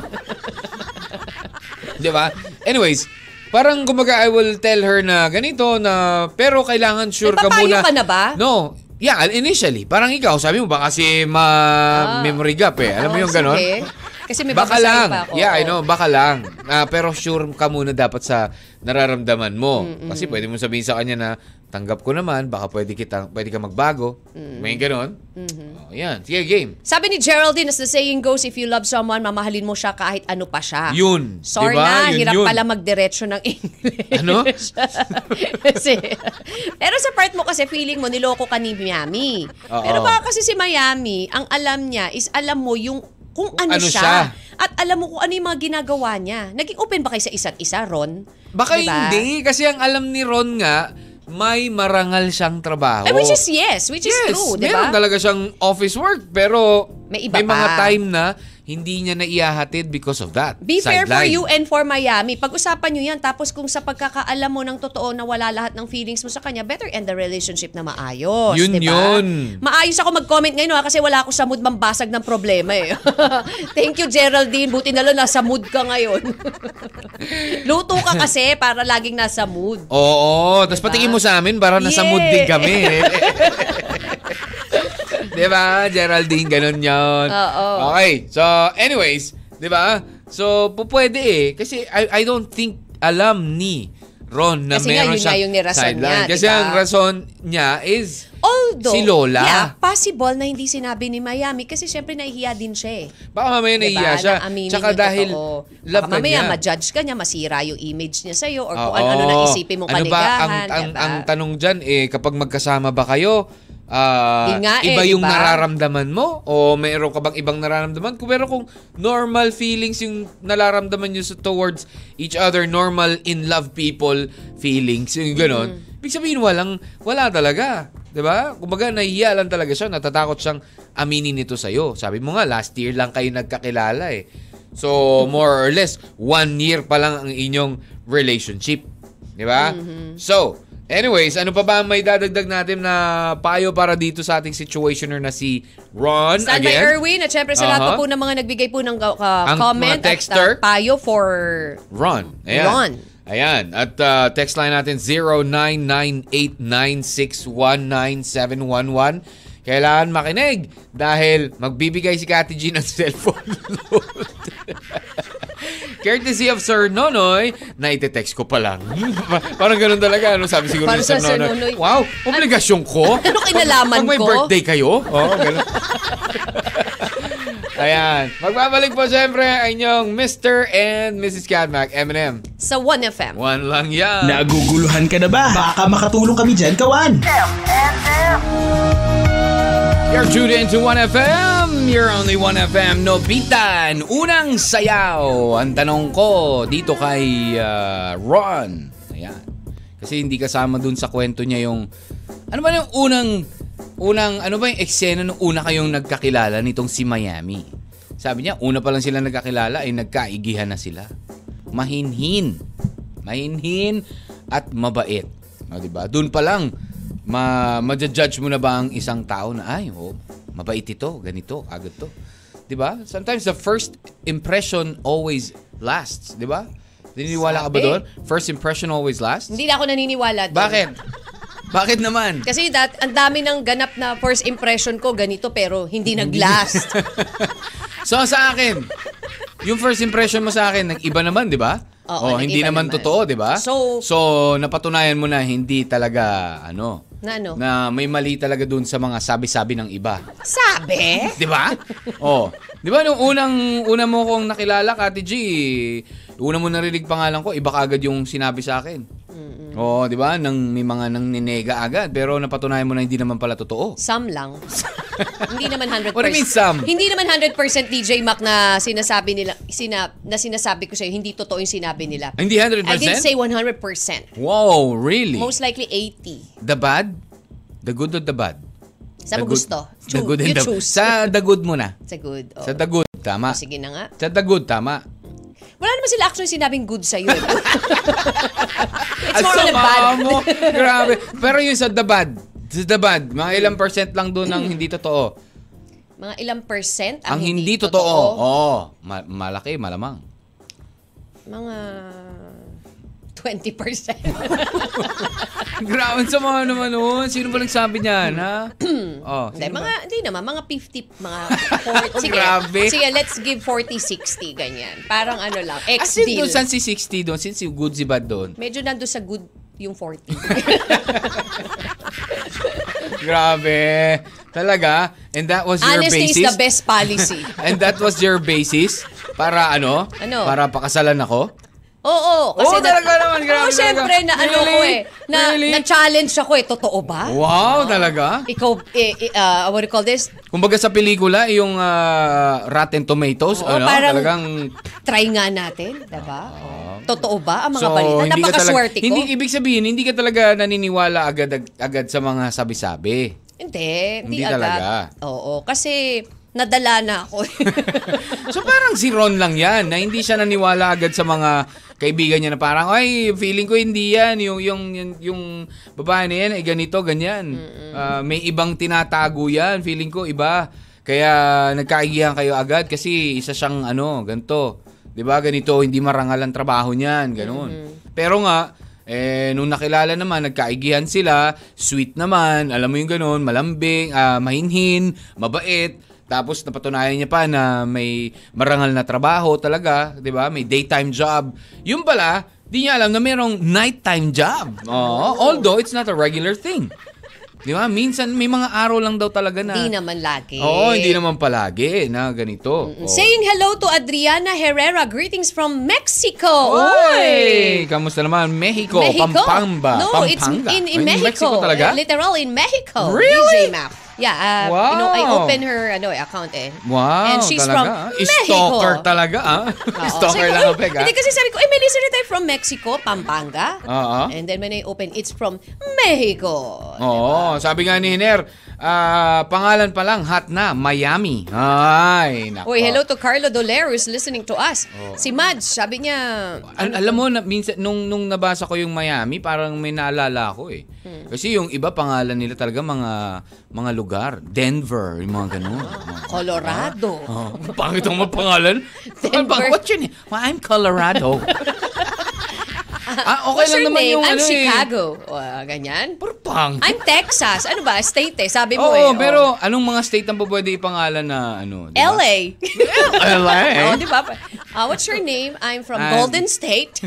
Di ba? Anyways, parang kumaga I will tell her na ganito na pero kailangan sure ka
Nagpapayo
muna.
ka na ba?
No. Yeah, initially. Parang ikaw, sabi mo, baka kasi
Ah.
ma-memory gap eh. Alam mo
Oo,
yung ganon?
sige. Kasi may
baka
babasahin
lang.
pa ako.
Yeah, I
Oo.
know. Baka lang. Ah, pero sure ka muna dapat sa nararamdaman mo. Kasi pwede mo sabihin sa kanya na tanggap ko naman, baka pwede, kita, pwede ka magbago.
Mm.
May ganon.
Mm-hmm.
Oh, yan. Sige, game.
Sabi ni Geraldine, as the saying goes, if you love someone, mamahalin mo siya kahit ano pa siya.
Yun,
Sorry
diba?
na,
Yun,
hirap
yun.
pala magdiretso ng English.
Ano?
kasi, pero sa part mo kasi, feeling mo, niloko ka ni Miami.
Oo.
Pero baka kasi si Miami, ang alam niya is alam mo yung kung
Kung
ano,
ano
siya.
siya.
At alam mo kung ano yung mga ginagawa niya. Naging open ba kayo sa isa't isa, Ron?
Baka
Diba?
hindi. Kasi ang alam ni Ron nga, may marangal siyang trabaho.
Eh, which is yes, which is true, diba? di
meron
ba?
talaga siyang office work. Pero
May iba
mga
pa.
time na hindi niya naiahatid because of that.
Be fair for
Sideline.
you and for Miami. Pag-usapan nyo yan. Tapos kung sa pagkakaalam mo ng totoo na wala lahat ng feelings mo sa kanya, better end the relationship na maayos.
Yun
diba?
yun.
Maayos ako mag-comment ngayon ha, kasi wala ako sa mood mambasag ng problema eh. Thank you Geraldine. Buti na lang nasa mood ka ngayon. Luto ka kasi para laging nasa mood.
Oo. Tapos patingin mo sa amin para nasa
Diba? Yeah.
mood din kami. di ba, Diba, Geraldine? Ganun yun.
Oo.
Okay. So, diba? anyways, di ba? So, pu- pwede eh. Kasi I, I don't think alam ni Ron na
Kasi nga,
meron
yun nga
siyang
yung nirason
sideline.
niya,
Kasi
diba?
ang rason niya is
Although,
si Lola.
yeah, possible na hindi sinabi ni Miami kasi syempre nahihiya din siya eh.
Baka mamaya
Diba?
naiiya siya.
Aminin
Tsaka
yung
dahil
totoo.
love
Baka
ka
mamaya
niya.
ma-judge ka niya, masira yung image niya sa'yo or kung
Oo.
ano, ano na isipin mong
Ano ba, ang,
kaligahan.
ang,
diba?
ang tanong dyan, eh, kapag magkasama ba kayo, ah,
Yun nga eh,
iba yung
diba?
nararamdaman mo? O meron ka bang ibang nararamdaman? Kung meron kung normal feelings yung nararamdaman nyo sa- towards each other, normal in love people feelings, yung gano'n.
Mm-hmm.
Ibig sabihin, walang, wala talaga. 'Di ba? Kumbaga, nahihiya lang talaga siya. Natatakot siyang aminin nito sa'yo. Sabi mo nga, last year lang kayo nagkakilala eh. So,
Mm-hmm.
more or less, one year pa lang ang inyong relationship. Di ba?
Mm-hmm.
So, anyways, ano pa ba ang may dadagdag natin na payo para dito sa ating situationer na si Ron
Stand by
again?
Erwin at syempre sa lahat
Aha.
po po ng mga nagbigay po ng uh, uh,
Ang
comment
mga texter.
at uh, payo for...
Ron. Ayan.
Ron.
Ayan. At uh, text line natin 099896197111. Kailangan makinig dahil magbibigay si Kati G ng cellphone load. Courtesy of Sir Nonoy na itetext ko pa lang. Parang ganun talaga. Ano sabi siguro ni
Parang
Sir
sa Sir
Nonoy?
Nonoy.
Wow, obligasyon ko.
Ano
Pag
kinalaman
may
ko?
birthday kayo? Oo, ganun. Ayan. Magbabalik po siyempre ang inyong Mr. and Mrs. Cadmac, M&M.
Sa 1FM.
One lang yan.
Naguguluhan ka na ba? Baka makatulong kami dyan, kawan.
M&M.
You're tuned into 1FM. You're only 1FM. No bitan. Unang sayaw. Ang tanong ko dito kay ah, Ron. Ayan. Kasi hindi kasama dun sa kwento niya yung... Ano ba yung unang... Unang... Ano ba yung eksena nung una kayong nagkakilala nitong si Miami? Sabi niya, una pa lang sila nagkakilala ay nagkaigihan na sila. Mahinhin. Mahinhin at mabait. O, diba? Doon pa lang, ma maja-judge mo na ba ang isang tao na ay oh, mabait ito, ganito, agad to. 'Di ba? Sometimes the first impression always lasts, 'di ba? Naniniwala ka ba
Sabi.
doon? First impression always lasts?
Hindi na ako naniniwala. dun.
Bakit? Bakit naman?
Kasi dat, ang dami ng ganap na first impression ko ganito pero hindi nag-last.
So sa akin, yung first impression mo sa akin, nag-iba naman, di ba? Oh,
Oo,
hindi
nag-iba
naman,
naman.
totoo, di ba?
So-
napatunayan mo na hindi talaga, ano,
Na ano?
na may mali talaga dun sa mga sabi-sabi ng iba.
Sabi?
Di ba? oh. Di ba nung unang una mo kong nakilala, Kati G, una mo narinig pangalan ko, iba kaagad yung sinabi sa akin. Oo, di ba? Nang may mga nang ninega agad, pero napatunayan mo na hindi naman pala totoo.
Some lang. hindi naman 100%.
What do you mean some?
Hindi naman 100% DJ Mac na sinasabi nila sina, na sinasabi ko sa'yo, hindi totoo yung sinabi nila.
Ah, Hindi 100%?
I didn't say 100%.
Wow, really?
Most likely 80.
The bad? The good or the bad?
Sa
The
mo
good-
gusto.
the
Choo-
good and
you
the-
choose.
Sa the good muna.
Sa good. oo.
Sa the good, tama.
Sige na nga.
Sa the good, tama.
Wala naman sila actually sinabing good sa'yo. Eh.
Ang
It's more on a bad.
sama mo. Grabe. Pero yung sa the bad, sa the bad, mga ilang percent lang doon ang hindi totoo.
Mga ilang percent
Ang,
ang,
hindi, totoo. Oh. Oo. Ma- malaki, malamang.
Mga 20%.
Grabe sa mga naman noon. Sino ba nagsabi niyan, ha? oh,
Hindi,
sino ba?
mga, hindi naman, mga 50, mga 40. sige,
Grabe.
sige, let's give 40, 60, ganyan. Parang ano lang,
As in,
ex-deal.
doon saan si 60 doon? Sin si good si bad doon?
Medyo nando sa good yung 40.
Grabe. Talaga? And that was your
Honesty
basis?
is the best policy.
And that was your basis? Para ano?
Ano?
Para pakasalan ako?
Oo,
Oo,
kasi
talaga naman, grabe
Oo,
talaga.
syempre, na ano ko
Really?
eh, na,
Really?
na challenge ako eh, totoo ba?
Wow, talaga?
Ikaw, eh, eh, uh, what do you call this?
Kumbaga sa pelikula, yung ah, Rotten Tomatoes,
Oo,
ano?
parang-
Talagang...
Try nga natin, diba? Totoo ba ang mga
So,
balita?
hindi ka talaga,
Napakaswerte ko.
hindi, ibig sabihin, hindi ka talaga naniniwala agad, agad sa mga sabi-sabi.
Hindi, hindi,
Hindi
agad.
talaga.
Oo, kasi nadala na ako.
so parang si Ron lang yan, na hindi siya naniwala agad sa mga kaibigan niya na parang, ay, feeling ko hindi yan, yung, yung, yung, yung babae na yan, ay ganito, ganyan. Ah, may ibang tinatago yan, feeling ko iba. Kaya nagkaigihan kayo agad kasi isa siyang ano, ganito. 'Di ba ganito, hindi marangal ang trabaho niyan, ganun.
Mm-hmm.
Pero nga, eh, nung nakilala naman, nagkaigihan sila, sweet naman, alam mo yung ganun, malambing, ah, mahinhin, mabait, tapos napatunayan niya pa na may marangal na trabaho talaga, 'di ba? May daytime job. Yung pala, Di niya alam na merong nighttime job.
Oh.
Oo, although it's not a regular thing. Di ba? Minsan may mga araw lang daw talaga na...
Hindi naman lagi. Mm,
Oo, hindi naman palagi na ganito. Oo.
Saying hello to Adriana Herrera. Greetings from Mexico.
Oy! Kamusta naman? Mexico, Pampanga.
No,
Pampanga.
it's in, in
Ay,
Mexico. Uh,
talaga?
Literal in Mexico.
Really?
DJ Map. Yeah, uh,
Wow.
you know, I open her ano, eh, account eh.
Wow,
And she's
talaga. ah.
from Mexico.
Stalker talaga, ah.
Oo.
Stalker
Sabi ko,
lang
"Ay,
ang peg, ah.
Hindi kasi sabi ko, eh, may listener tayo from Mexico, Pampanga.
Oo.
And then when I open, it's from Mexico.
Oo, sabi nga ni Hiner, ah, pangalan pa lang, hot na, Miami. Ay, nako.
Uy, hello to Carlo Dolero who's listening to us.
Oh.
Si Mads, sabi niya,
Al- alam mo, na, minsan, nung, nung nabasa ko yung Miami, parang may naalala ako eh.
Hmm.
Kasi yung iba, pangalan nila talaga mga mga lugar. Denver, yung mga ganun.
Colorado.
Oh, pangit ang mga pangalan.
Denver.
What's your name? Well, I'm Colorado. ah, okay
What's
lang
your
naman
name?
yung
I'm
ano eh.
Chicago. Ah, ganyan.
Pero pangit.
I'm Texas. Ano ba? State eh. Sabi mo
Oo,
eh. oh.
pero anong mga state ang pa pwede ipangalan na ano? di ba?
LA.
LA.
Oh, di ba? Ah, what's your name? I'm from
I'm-
Golden State.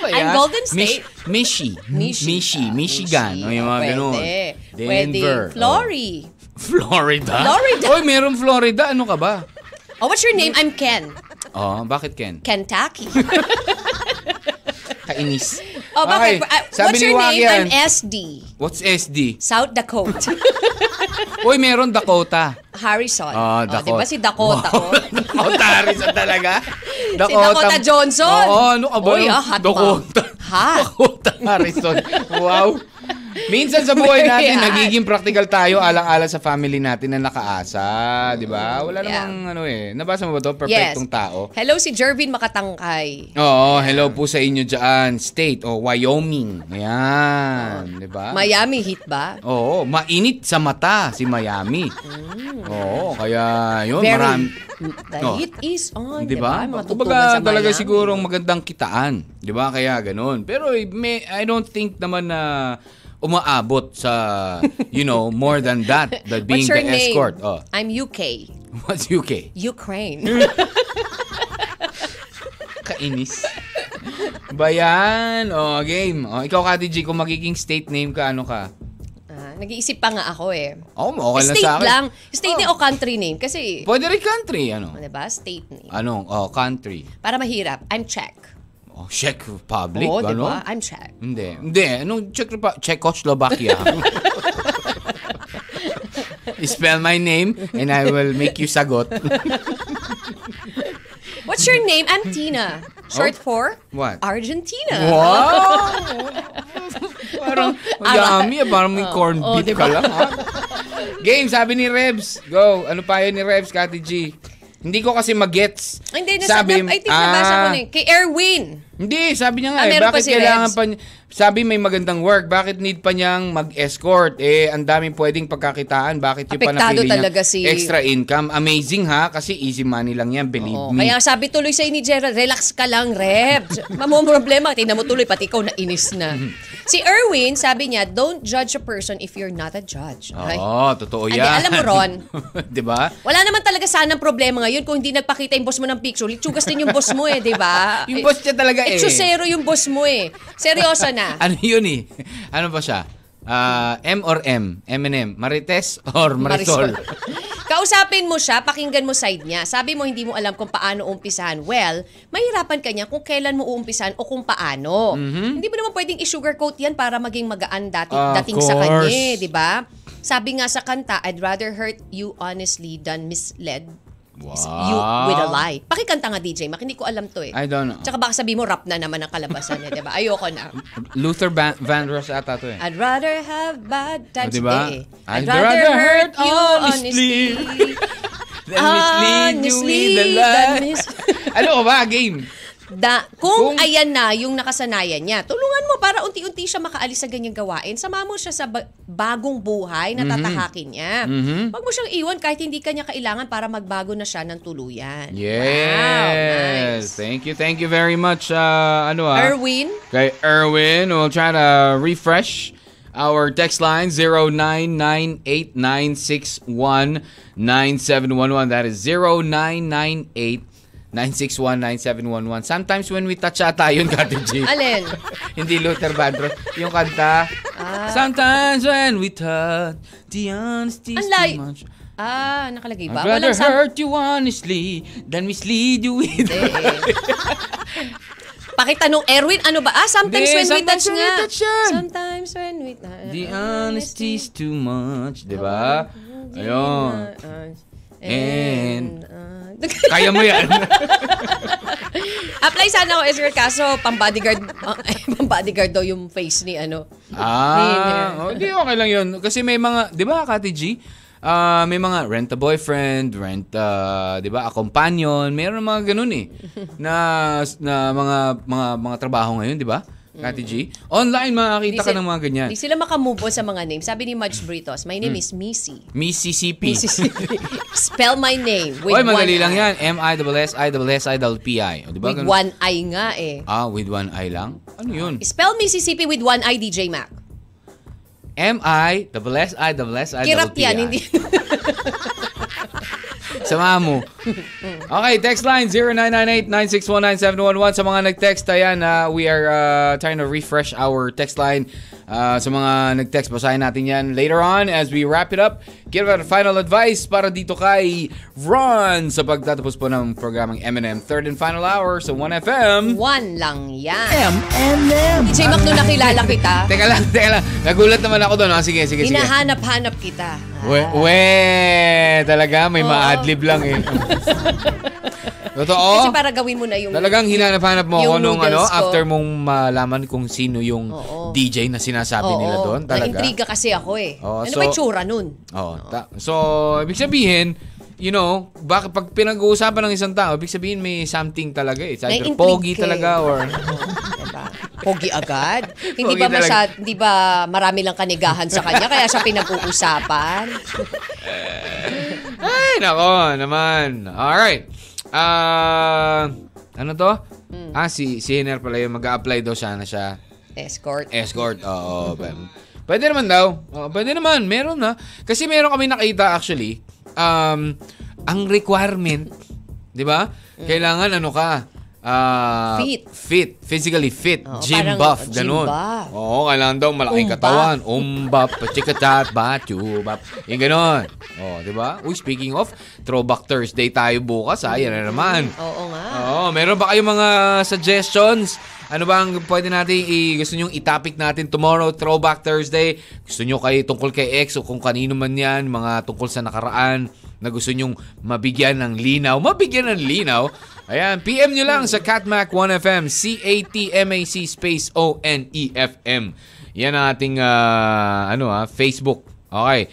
I'm Golden State.
Michi. Michi. Michi.
Ah,
Michigan.
Michi.
O yung mga
Pwede.
ganun.
Pwede.
Denver.
Flory.
Oh. Florida?
Florida.
Oy, meron Florida. Ano ka ba?
Oh. what's your name? I'm Ken.
Oh, bakit Ken?
Kentucky.
Kainis.
Oh, bakit?
Okay,
Ah,
sabi
what's
ni
your name?
Wakian.
I'm SD.
What's SD?
South Dakota.
Oy, meron Dakota.
Harrison.
Ah,
Oh,
Dakota.
di ba si Dakota?
Wow.
Oh.
Dakota Harrison talaga.
Dakota Johnson.
Oo, ano ka ba?
Uy,
yung
ah, hot pa. Ah.
Dakota.
Hot.
Dakota Harrison. Wow. Minsan sa buhay
Very
natin,
hot.
nagiging practical tayo alang-ala sa family natin na nakaasa. Di ba? Wala
Yeah.
namang ano eh. Nabasa mo ba to?
Yes.
Perfectong tao.
Hello si Jervin Makatangkay.
Oo, hello po sa inyo dyan. State o Wyoming. Ayan. Di ba?
Miami hit ba?
Oo, mainit sa mata si Miami. Oo, kaya yun,
Mm. Very.
marami.
The
Oh.
heat is on.
Di ba?
Diba? Mga tutungan
Kumbaga
sa
talaga
Miami.
siguro magandang kitaan. Di ba? Kaya ganun. Pero eh, may, I don't think naman na umaabot sa, you know, more than that. That being
What's your
the
name?
escort. Oh,
I'm UK.
what's UK?
Ukraine.
Kainis. Bayan. Oh, game. Oh, ikaw, Kati G, kung magiging state name ka, ano ka?
Ah, nag-iisip pa nga ako eh.
Oh, okay lang
state
sa akin. Oh.
lang. State name o country name. Kasi,
Pwede rin country, ano?
ano ba? State name.
Anong? Oh, country.
Para mahirap, I'm Czech.
Oh, Czech Republic,
Oo, di
ano?
ba? I'm Czech.
Hindi. Hindi. Anong Czech Republic? Czechoslovakia. Spell my name and I will make you sagot.
What's your name? I'm Tina. Short for?
Oh. What?
Argentina.
Wow! parang
Ara-
yummy. ah. Parang may corned
Oo,
beef
diba?
ka lang. Ha? Game, sabi ni Rebs. Go. Ano pa yun ni Rebs, Kati G? Hindi ko kasi magets. Ah.
Hindi, nasa, sabi, I think nabasa ko na eh. Kay Erwin.
Hindi, sabi niya nga
Ah,
eh,
meron pa
bakit
si
kailangan
Reds?
pa niya, sabi may magandang work, bakit need pa niyang mag-escort? Eh, ang daming pwedeng pagkakitaan, bakit yung
Apektado
panapili niya
talaga si-
extra income? Amazing ha, kasi easy money lang yan, believe
Oo,
me.
kaya sabi tuloy sa'yo ni Gerald, relax ka lang, Reb. Mamong problema, tingnan mo tuloy, pati ikaw nainis na.
Mm-hmm.
si Erwin, sabi niya, don't judge a person if you're not a judge. Ay.
Oo, totoo
Andi,
yan.
alam mo, Ron.
'Di ba?
Wala naman talaga sanang problema ngayon kung hindi nagpakita yung boss mo ng picture. Litsugas din yung boss mo eh, di ba?
Yung boss niya talaga eh.
Itsusero yung boss mo eh. Seryoso na.
Ano yun eh? Ano ba siya? Ah, M or M? M&M? Marites or Marisol?
Kausapin mo siya, pakinggan mo side niya. Sabi mo hindi mo alam kung paano umpisahan. Well, mahirapan ka niya kung kailan mo uumpisahan o kung paano. Hindi mo naman pwedeng i-sugarcoat yan para maging magaan dati,
Mhm. Of
dating sa kanya,
course.
eh, di ba? Sabi nga sa kanta, I'd rather hurt you honestly than misled you with a lie. Pakikanta nga DJ, Mac, hindi ko alam to eh.
I don't know.
Tsaka baka sabi mo, rap na naman ang kalabasan eh, di ba? Ayoko na.
Luther Van, Van Ross ata to eh.
I'd rather have bad times.
O, diba?
Eh,
I'd rather hurt you honestly.
honestly. Ah,
Then mislead you with a lie.
Honestly, then mis-
ano ka ba? Game.
Da,
Kung-
kung, ayan na yung nakasanayan niya, tulungan mo para unti-unti siya makaalis sa ganyang gawain. Sama mo siya sa ba- bagong
Mhm.
buhay na tatahakin niya. Huwag mo siyang iwan kahit hindi kanya kailangan para magbago na siya ng tuluyan. Wow,
Yes.
nice.
Thank you. Thank you very much. Uh, ano ah?
Erwin,
Kay Erwin. We'll try to refresh our text line 0998-961-9711. That is 0998 961-9711. Sometimes when we touch ata yun, Kati G.
Alin?
Hindi Luther Vandross. Yung kanta.
Ah.
Sometimes when we touch, the honesty is
Ang lay-
too much.
Ah, nakalagay
I'd
ba?
rather
Walang sam-
hurt you honestly than mislead you with...
Eh, eh. Pakitanong, Erwin, ano ba? Ah, sometimes
Hindi,
when we
sometimes
touch
when
nga.
we touch yan.
Sometimes when we touch.
The honesty is too much, di ba? Diba? Ayun. And-
Kaya.
Kaya mo yan.
Apply sana ako, Ezra, kaso pang-bodyguard, ah, pang-bodyguard daw yung face ni ano.
ah,
Winner.
oh, di okay lang yun. Kasi may mga, di ba, Kati G? Ah, may mga rent a boyfriend, rent ah, 'di ba, a companion, mayroon mga ganun eh na na mga mga mga trabaho ngayon, 'di ba? Kati G. Online makakita ka
sila-
ng mga ganyan.
Di sila makamove on sa mga names. Sabi ni Madge Britos, my
Hmm.
name is Missy.
Mississippi.
Mississippi. Spell my name with
Oy,
one
madali lang
eye.
yan. M I S S I S S I P I. O, 'Di ba?
With
ganun?
one eye nga eh.
Ah, with one eye lang. Ano 'yun?
Spell Mississippi with one eye, DJ Mac.
M I double S I double S I
Kirap yan, hindi.
Sama mo. Okay, text line 0998-961-9711. Sa mga nag-text, ayan, ah, we are ah, trying to refresh our text line. Ah, sa mga nag-text, basahin natin yan later on as we wrap it up. Give our final advice para dito kay Ron sa pagtatapos po ng programang M&M Third and Final Hour sa 1FM.
One lang yan.
M&M.
DJ Mac, nung nakilala kita,
Teka lang, teka lang. Nagulat naman ako doon. Ah, sige, sige, sige.
hinahanap-hanap kita.
We, we, talaga may
Ah. Oo.
ma-adlib lang eh.
Kasi
Totoo?
para gawin mo na yung...
Talagang hinanap-hanap mo ako
Yung
nung ano,
noodles ko.
after mong malaman kung sino yung
Oo.
DJ na sinasabi nila doon. Talaga.
Na-intriga kasi ako eh.
Oo,
ano
so-
ba yung tsura nun?
Oo, ta- so, ibig sabihin, you know, bak pag pinag-uusapan ng isang tao, ibig sabihin may something talaga eh. It's either
Na-intrigue
pogi
ka eh.
talaga or...
Diba? Pogi agad. Hindi
Pogi
ba
talaga.
masyad, hindi ba marami lang kanigahan sa kanya kaya siya pinag-uusapan?
Ay, nako naman. Alright. Ah, ano to?
Hmm.
Ah, si, si Hiner pala yung mag-a-apply daw sana siya.
Escort.
Escort, oo. pwede. pwede naman daw. Oo, pwede naman, meron na. Kasi meron kami nakita actually, um, ang requirement, di ba? Kailangan ano ka, ah,
Mm. Fit.
Fit. Physically fit.
Oo,
gym
parang
buff.
gym
Ganun.
buff.
Oo, kailangan daw malaking
Umba.
katawan. Umbap, pachikatat, batubap. Yung ganun. Oo, di ba? Uy, speaking of, Throwback Thursday tayo bukas ha. Yan na naman.
Oo nga.
Oo, meron ba kayong mga suggestions? Ano ba ang pwede natin i- gusto nyo i-topic natin tomorrow, Throwback Thursday? Gusto nyo kay tungkol kay ex o kung kanino man yan, mga tungkol sa nakaraan na gusto nyong mabigyan ng linaw. Mabigyan ng linaw? Ayan, PM nyo lang sa Catmac 1FM, C-A-T-M-A-C space O-N-E-F-M. Yan ang ating ah, ano, ah, Facebook. Okay.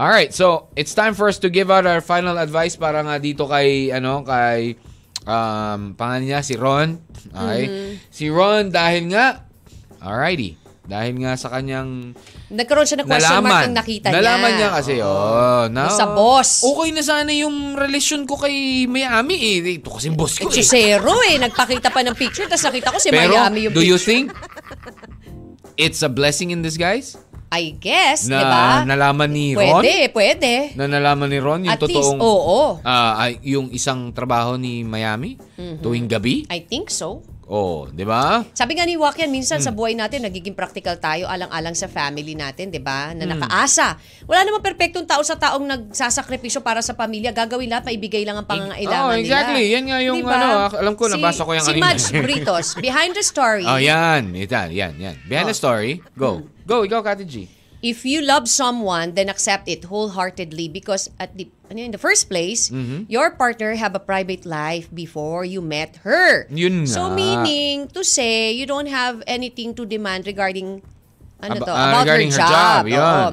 All right, so it's time for us to give out our final advice para nga dito kay ano kay um pangalan niya si Ron. Okay?
Mm-hmm.
Si Ron dahil nga alrighty, dahil nga sa kanyang
Nagkaroon siya ng question mark
nalaman.
nang nakita niya.
nalaman niya kasi oh, na,
Sa boss.
Okay na sana yung relasyon ko kay Miami eh. Ito kasi boss ko. eh.
Hechicero eh. Nagpakita pa ng picture tapos nakita ko si
Pero
Miami yung
do you think
picture.
it's a blessing in disguise
I guess,
na
di ba?
nalaman ni Ron?
Pwede, pwede.
Na nalaman ni Ron yung
At least,
totoong
oo.
Ah, ay- yung isang trabaho ni Miami
Mm-hmm.
tuwing gabi.
I think so.
Oh, 'di ba?
Sabi nga ni Joaquin, minsan
Hmm.
sa buhay natin, nagiging practical tayo alang-alang sa family natin, di ba? Na
Hmm.
nakaasa. Wala namang perfectong tao sa taong nagsasakripisyo para sa pamilya. Gagawin lahat, maibigay lang ang
Oh,
pangangailangan
exactly.
nila.
Yan nga yung
Di ba?
ano, ak- alam ko,
Si-
nabasa ko yan
Si
kanina.
Madge Britos, behind the story,
Oh, yan. Ito, yan, yan. Behind the
Oh.
story, go. Go, ikaw, Kati G.
if you love someone, then accept it wholeheartedly because at the ano, yun, in the first place,
Mm-hmm.
your partner have a private life before you met her.
Yun
So
nga.
meaning to say you don't have anything to demand regarding ano
Ab-
to,
ah,
about
regarding
her
her
job.
job, yun.
Oo.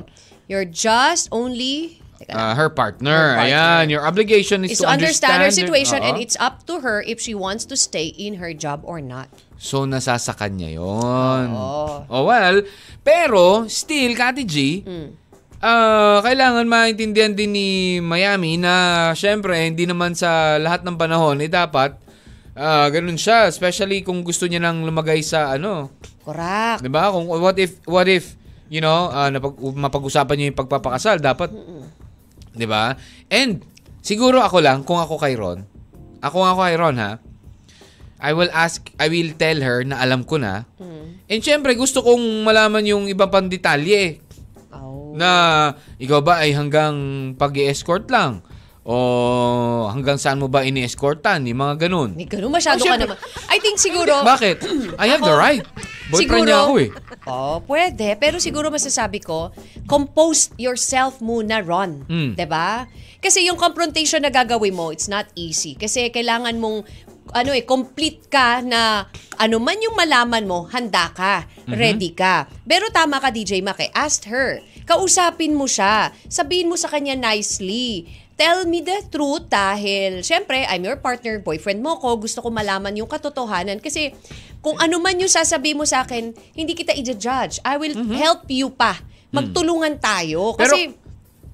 You're just only teka lang,
Ah, her partner.
Her partner.
Ayan, your obligation is,
is to understand her situation
Oo.
and it's up to her if she wants to stay in her job or not.
So, nasa sa kanya yun.
Oo.
Oh, well. Pero, still, Kati G,
Hmm.
ah, kailangan maintindihan din ni Miami na, syempre, hindi naman sa lahat ng panahon, eh, dapat, ah, ganun siya. Especially kung gusto niya nang lumagay sa, ano,
Correct.
'di ba? Kung what if what if you know, ah, napag- mapag-usapan niyo yung pagpapakasal, dapat 'di ba? And siguro ako lang kung ako kay Ron, Ako nga ako kay Ron ha. I will ask, I will tell her na alam ko na.
Mm.
And syempre, gusto kong malaman yung iba pang detalye eh.
Oh.
Na ikaw ba ay hanggang pag escort lang? O hanggang saan mo ba ini-escortan? Yung mga ganun.
Hindi ganun, masyado
Oh,
ka
syempre.
naman. I think siguro...
Bakit? I have the
Ako,
right. Boyfriend niya ako eh.
Oh, pwede. Pero siguro masasabi ko, compose yourself muna, Ron.
Mm.
'Di ba? Diba? Kasi yung confrontation na gagawin mo, it's not easy. Kasi kailangan mong ano eh, complete ka na ano man yung malaman mo, handa ka,
Mhm.
ready ka. Pero tama ka DJ Maki, eh. ask her. Kausapin mo siya. Sabihin mo sa kanya nicely. Tell me the truth dahil syempre, I'm your partner, boyfriend mo ko, gusto ko malaman yung katotohanan kasi kung ano man yung sasabihin mo sa akin, hindi kita i-judge. I will help you pa. Magtulungan
Mhm.
tayo.
Mm. Pero,
Kasi,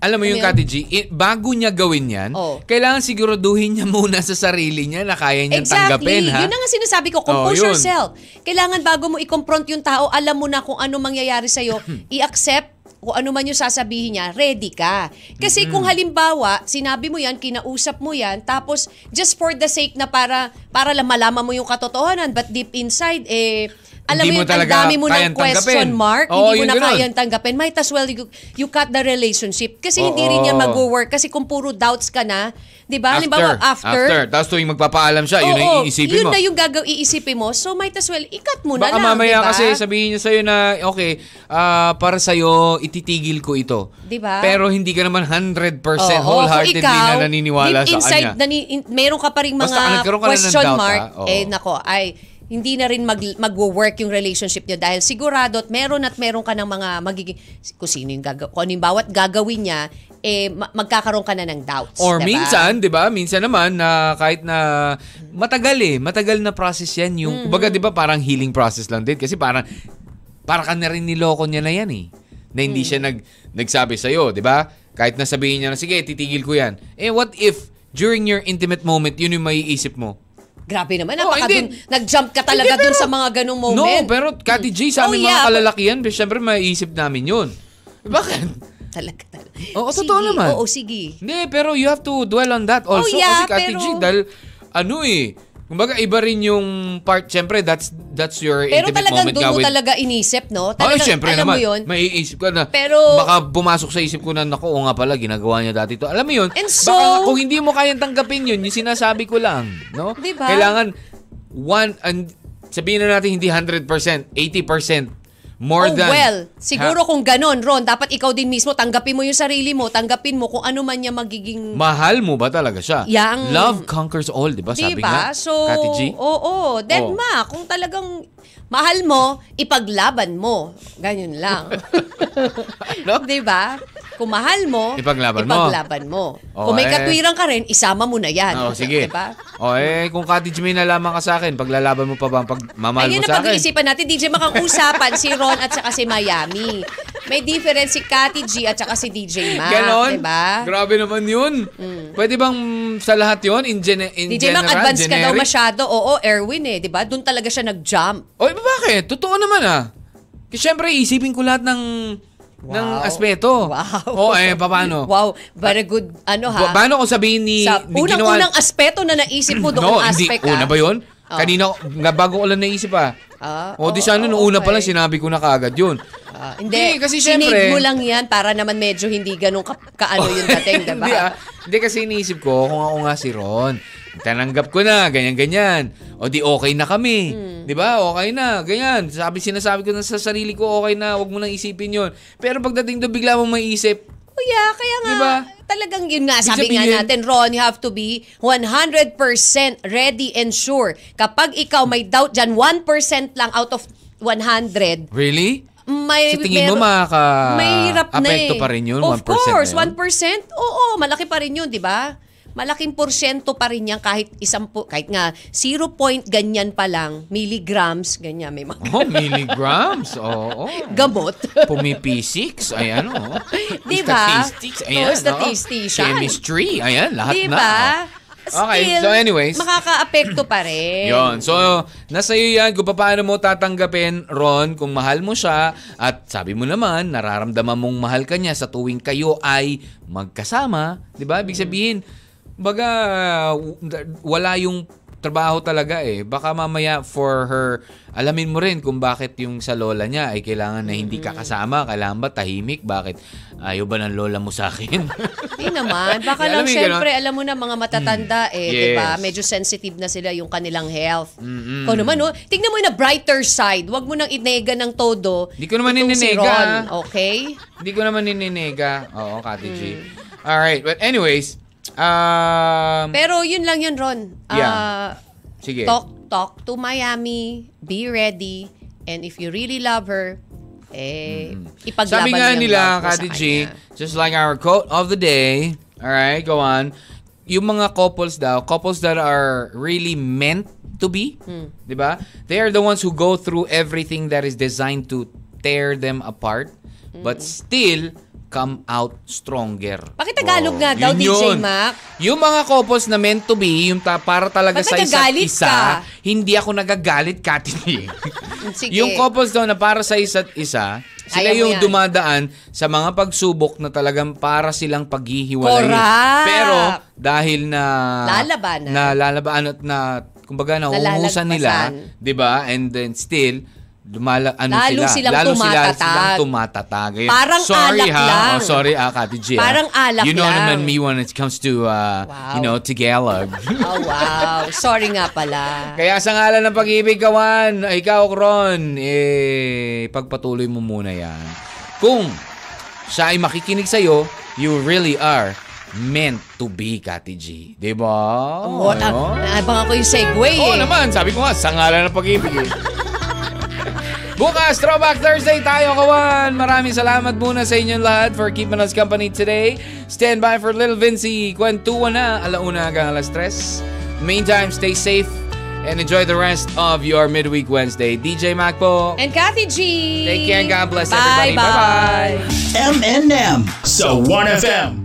alam mo
Ano
yung
yun?
Kati G, i- bago niya gawin yan,
Oh.
kailangan siguraduhin niya muna sa sarili niya na kaya niya tanggapin, ha?
Yun na nga sinasabi ko, compose
Oh, yun.
yourself. Kailangan bago mo i-confront yung tao, alam mo na kung ano mangyayari sa'yo, i-accept kung ano man yung sasabihin niya, ready ka. Kasi kung halimbawa, sinabi mo yan, kinausap mo yan, tapos just for the sake na para para lang malaman mo yung katotohanan, but deep inside, eh, alam
Hindi
mo
mo
yun, ang
talaga
dami mo ng
kayang
question
tanggapin.
mark,
Oo,
hindi mo
yun
na
ganun.
kayang tanggapin. Might as well you, you cut the relationship. Kasi hindi
Oo.
rin yan mag-work. Kasi kung puro doubts ka na, di ba? Halimbawa,
after. Tapos tuwing magpapaalam siya, yun ang
Oo,
iisipin
yun
mo.
na yung gagaw iisipin mo. So might as well ikat mo na
Baka
lang,
mamaya
diba?
kasi sabihin niya sa'yo na, okay, ah, para sa'yo, ititigil ko ito.
Diba?
Pero hindi ka naman 100%
Oo, kung
wholeheartedly
ikaw,
na naniniwala
deep
sa
inside,
kanya.
nani- in- meron ka pa rin mga
Basta nagkaroon ka na ng
question
doubt,
mark.
ah. Oo.
Eh, nako, ay, hindi na rin mag, magwo-work yung relationship niyo dahil sigurado at meron at meron ka ng mga magiging, kung sino yung gagawin, kung ano yung bawat gagawin niya, eh, ma- magkakaroon ka na ng doubts.
Or
diba?
minsan, 'di ba? Minsan naman na kahit na matagal eh, matagal na process 'yan yung
Mm-hmm.
kumbaga 'di ba parang healing process lang din kasi parang para ka na rin niloko niya na 'yan eh. Na
Mm-hmm.
hindi siya nag nagsabi sa 'di ba? Kahit na sabihin niya na sige, titigil ko 'yan. Eh what if during your intimate moment, yun yung maiisip mo?
Grabe naman,
Oo,
napaka
Oh, hindi.
dun, nag-jump ka talaga
Hindi,
dun
pero-
sa mga ganong moment.
No, pero Kati J, sa
Oh,
aming
yeah.
mga kalalakihan, syempre maiisip namin yun. Bakit?
Talaga, talaga.
Oo, totoo
Sige,
naman.
Oo, sige.
Hindi, pero you have to dwell on that also.
Oh, yeah,
kasi Kati
pero-
G, dahil ano eh, kumbaga iba rin yung part, syempre that's that's your
Pero
intimate
talagang
moment
doon
ka
mo
with...
talaga inisip,
Ay,
no? Talagang,
syempre
alam
naman,
mo yun.
maiisip ka na.
Pero-
Baka pumasok sa isip ko na, naku, oo nga pala, ginagawa niya dati to. Alam mo yun,
And
baka
so-
kung hindi mo kayang tanggapin yun, yung sinasabi ko lang, no?
Diba?
Kailangan one, and, sabihin na natin hindi 100%, 80%, more
oh,
than...
well,
Ha?
siguro kung ganon, Ron, dapat ikaw din mismo, tanggapin mo yung sarili mo, tanggapin mo kung ano man niya magiging...
Mahal mo ba talaga siya?
Yang-
Love conquers all, di ba? Sabi
diba?
nga,
So, oh,
Kati G. Oh.
oo.
Oo.
Then, ma, kung talagang mahal mo, ipaglaban mo. Ganyan lang.
Ano?
diba? Kung mahal mo,
Ipaglaban mo.
ipaglaban mo.
Oo,
kung may
eh.
katwiran ka rin, isama mo na yan.
Oh, sige.
Diba?
O eh, kung Kati G may nalaman ka sa akin, paglalaban mo pa ba ang pagmamahal mo
Ayun na
sa akin?
pag-iisipan natin, DJ, makang-usapan si Ron at saka si Miami. May difference si Kati G at saka si DJ Mac.
Ganon?
Diba?
Grabe naman yun. Pwede bang sa lahat yun? In, gene- in
DJ Mac,
general?
advance ka daw
generic?
masyado. Oo, Erwin eh, diba? Doon talaga siya nag-jump.
Oy, ba- bakit? Totoo naman ah. Kasi syempre, isipin ko lahat ng ng
Wow.
aspeto. O
Wow.
eh, paano?
Wow, very good, ano ha?
Pa- Paano kung sabihin ni,
sa
ni ginawa-
unang-unang aspeto na naisip mo doong aspect
Una
ah.
ba yun?
Oh.
Kanina, nga bago ko lang naisip ah.
Ah,
o di
oh,
sana,
oh,
nung una pa lang,
okay.
sinabi ko na kaagad yun.
Ah, hindi,
kasi
Sinave
syempre-
mo lang yan para naman medyo hindi ganun ka, kaano yung dating, diba?
hindi ah. Hindi kasi iniisip ko, kung ako nga si Ron, tananggap ko na, ganyan-ganyan. O di okay na kami.
Hmm.
Di ba? Okay na, ganyan. Sabi, sinasabi ko na sa sarili ko, okay na, wag mo nang isipin yon Pero pagdating doon, bigla mong maisip,
Kuya, kaya nga,
Diba?
talagang yun nga, sabi
Ibig
nga
sabihin-
natin, Ron, you have to be 100% ready and sure. Kapag ikaw may doubt dyan, 1% lang out of 100,
really?
may
Sa tingin mo,
Eh, meron-
makaka-
mahirap na
apekto
eh.
pa rin yun, 1%
Of
na
course,
yun?
1%. Oo, malaki pa rin yun, di ba? Malaking porsyento pa rin yan kahit isang po, kahit nga 0. point ganyan pa lang, milligrams, ganyan may mga
Oh, milligrams. Oo.
gamot.
Pumi-P6, ayan o.
Diba?
Statistics, ayan
Oo, statistician. Diba?
o. Chemistry, ayan, lahat
di
na.
ba?
oh. Okay, so anyways.
Makakaapekto pa rin.
Yon. So, nasa iyo yan kung paano mo tatanggapin, Ron, kung mahal mo siya. At sabi mo naman, nararamdaman mong mahal ka niya sa tuwing kayo ay magkasama. Di ba? Ibig sabihin, baga w- wala yung trabaho talaga eh. Baka mamaya for her, alamin mo rin kung bakit yung sa lola niya ay kailangan na hindi ka kasama, kailangan ba tahimik, bakit ayaw ba ng lola mo sa akin?
Hindi naman. Baka
Alam
lang,
mo yung Mm.
syempre, alam mo na mga matatanda eh,
Yes.
di ba? Medyo sensitive na sila yung kanilang health.
Mm-mm.
Kung naman, oh, tignan mo yung na brighter side. Huwag mo nang inega ng todo.
Hindi ko naman
Itong si
ininega,
Ron,
ah.
okay?
Hindi ko naman nininega. Oo, Kati G.
Mm.
Alright, but anyways, um,
Pero yun lang yun, Ron. Ah,
Yeah. sige.
Talk, talk to Miami. Be ready. And if you really love her, eh, ipaglaban
Sabi nga
mo yung
nila,
love mo sa
Kati G,
kanya.
just like our quote of the day, alright, go on, yung mga couples daw, couples that are really meant to be,
Hmm.
di ba? They are the ones who go through everything that is designed to tear them apart,
Hmm.
but still come out stronger.
Pakitagalog nga daw,
Yun
DJ
yun.
Mac.
Yung mga couples na meant to be, yung ta- para talaga
Ba't
sa isa't
nagagalit
isa,
ka?
hindi ako nagagalit, Kati G.
Mm, Sige.
Yung couples daw na para sa isa't isa, sila
Ayaw mo
yung
yan.
dumadaan sa mga pagsubok na talagang para silang paghihiwalayin.
Correct.
Pero dahil na
Lalabanan.
na lalabanan at na kumbaga na nila,
Nalalagpasan.
'di ba? And then still lumala ano
Lalo
sila
silang
lalo sila
tumatatag.
silang tumatatag. Ayun.
Parang
sorry
alak
ha.
lang.
Oh, sorry ah, Kati G. ah.
Parang alak
You know
lang.
naman me when it comes to uh,
Wow.
you know, Tagalog.
Oh, wow. Sorry nga pala.
Kaya sa ngalan ng pag-ibig, Kawan, ikaw, Ron, eh, pagpatuloy mo muna yan. Kung siya ay makikinig sa'yo, you really are meant to be, Kati G. Diba?
Oh, na- naabang ako yung segue
Oo
eh.
naman, sabi ko nga, sa ngalan ng pag-ibig eh. Bukas, Throwback Thursday tayo, kawan! Maraming salamat muna sa inyong lahat for keeping us company today. Stand by for Little Vinci. Kwentuhan na, alauna hanggang alas tres. Meantime, stay safe and enjoy the rest of your midweek Wednesday. DJ Mac po.
And Kathy G.
Take care and God bless
Bye,
everybody. Bye-bye.
Bye-bye.
M&M. So 1FM.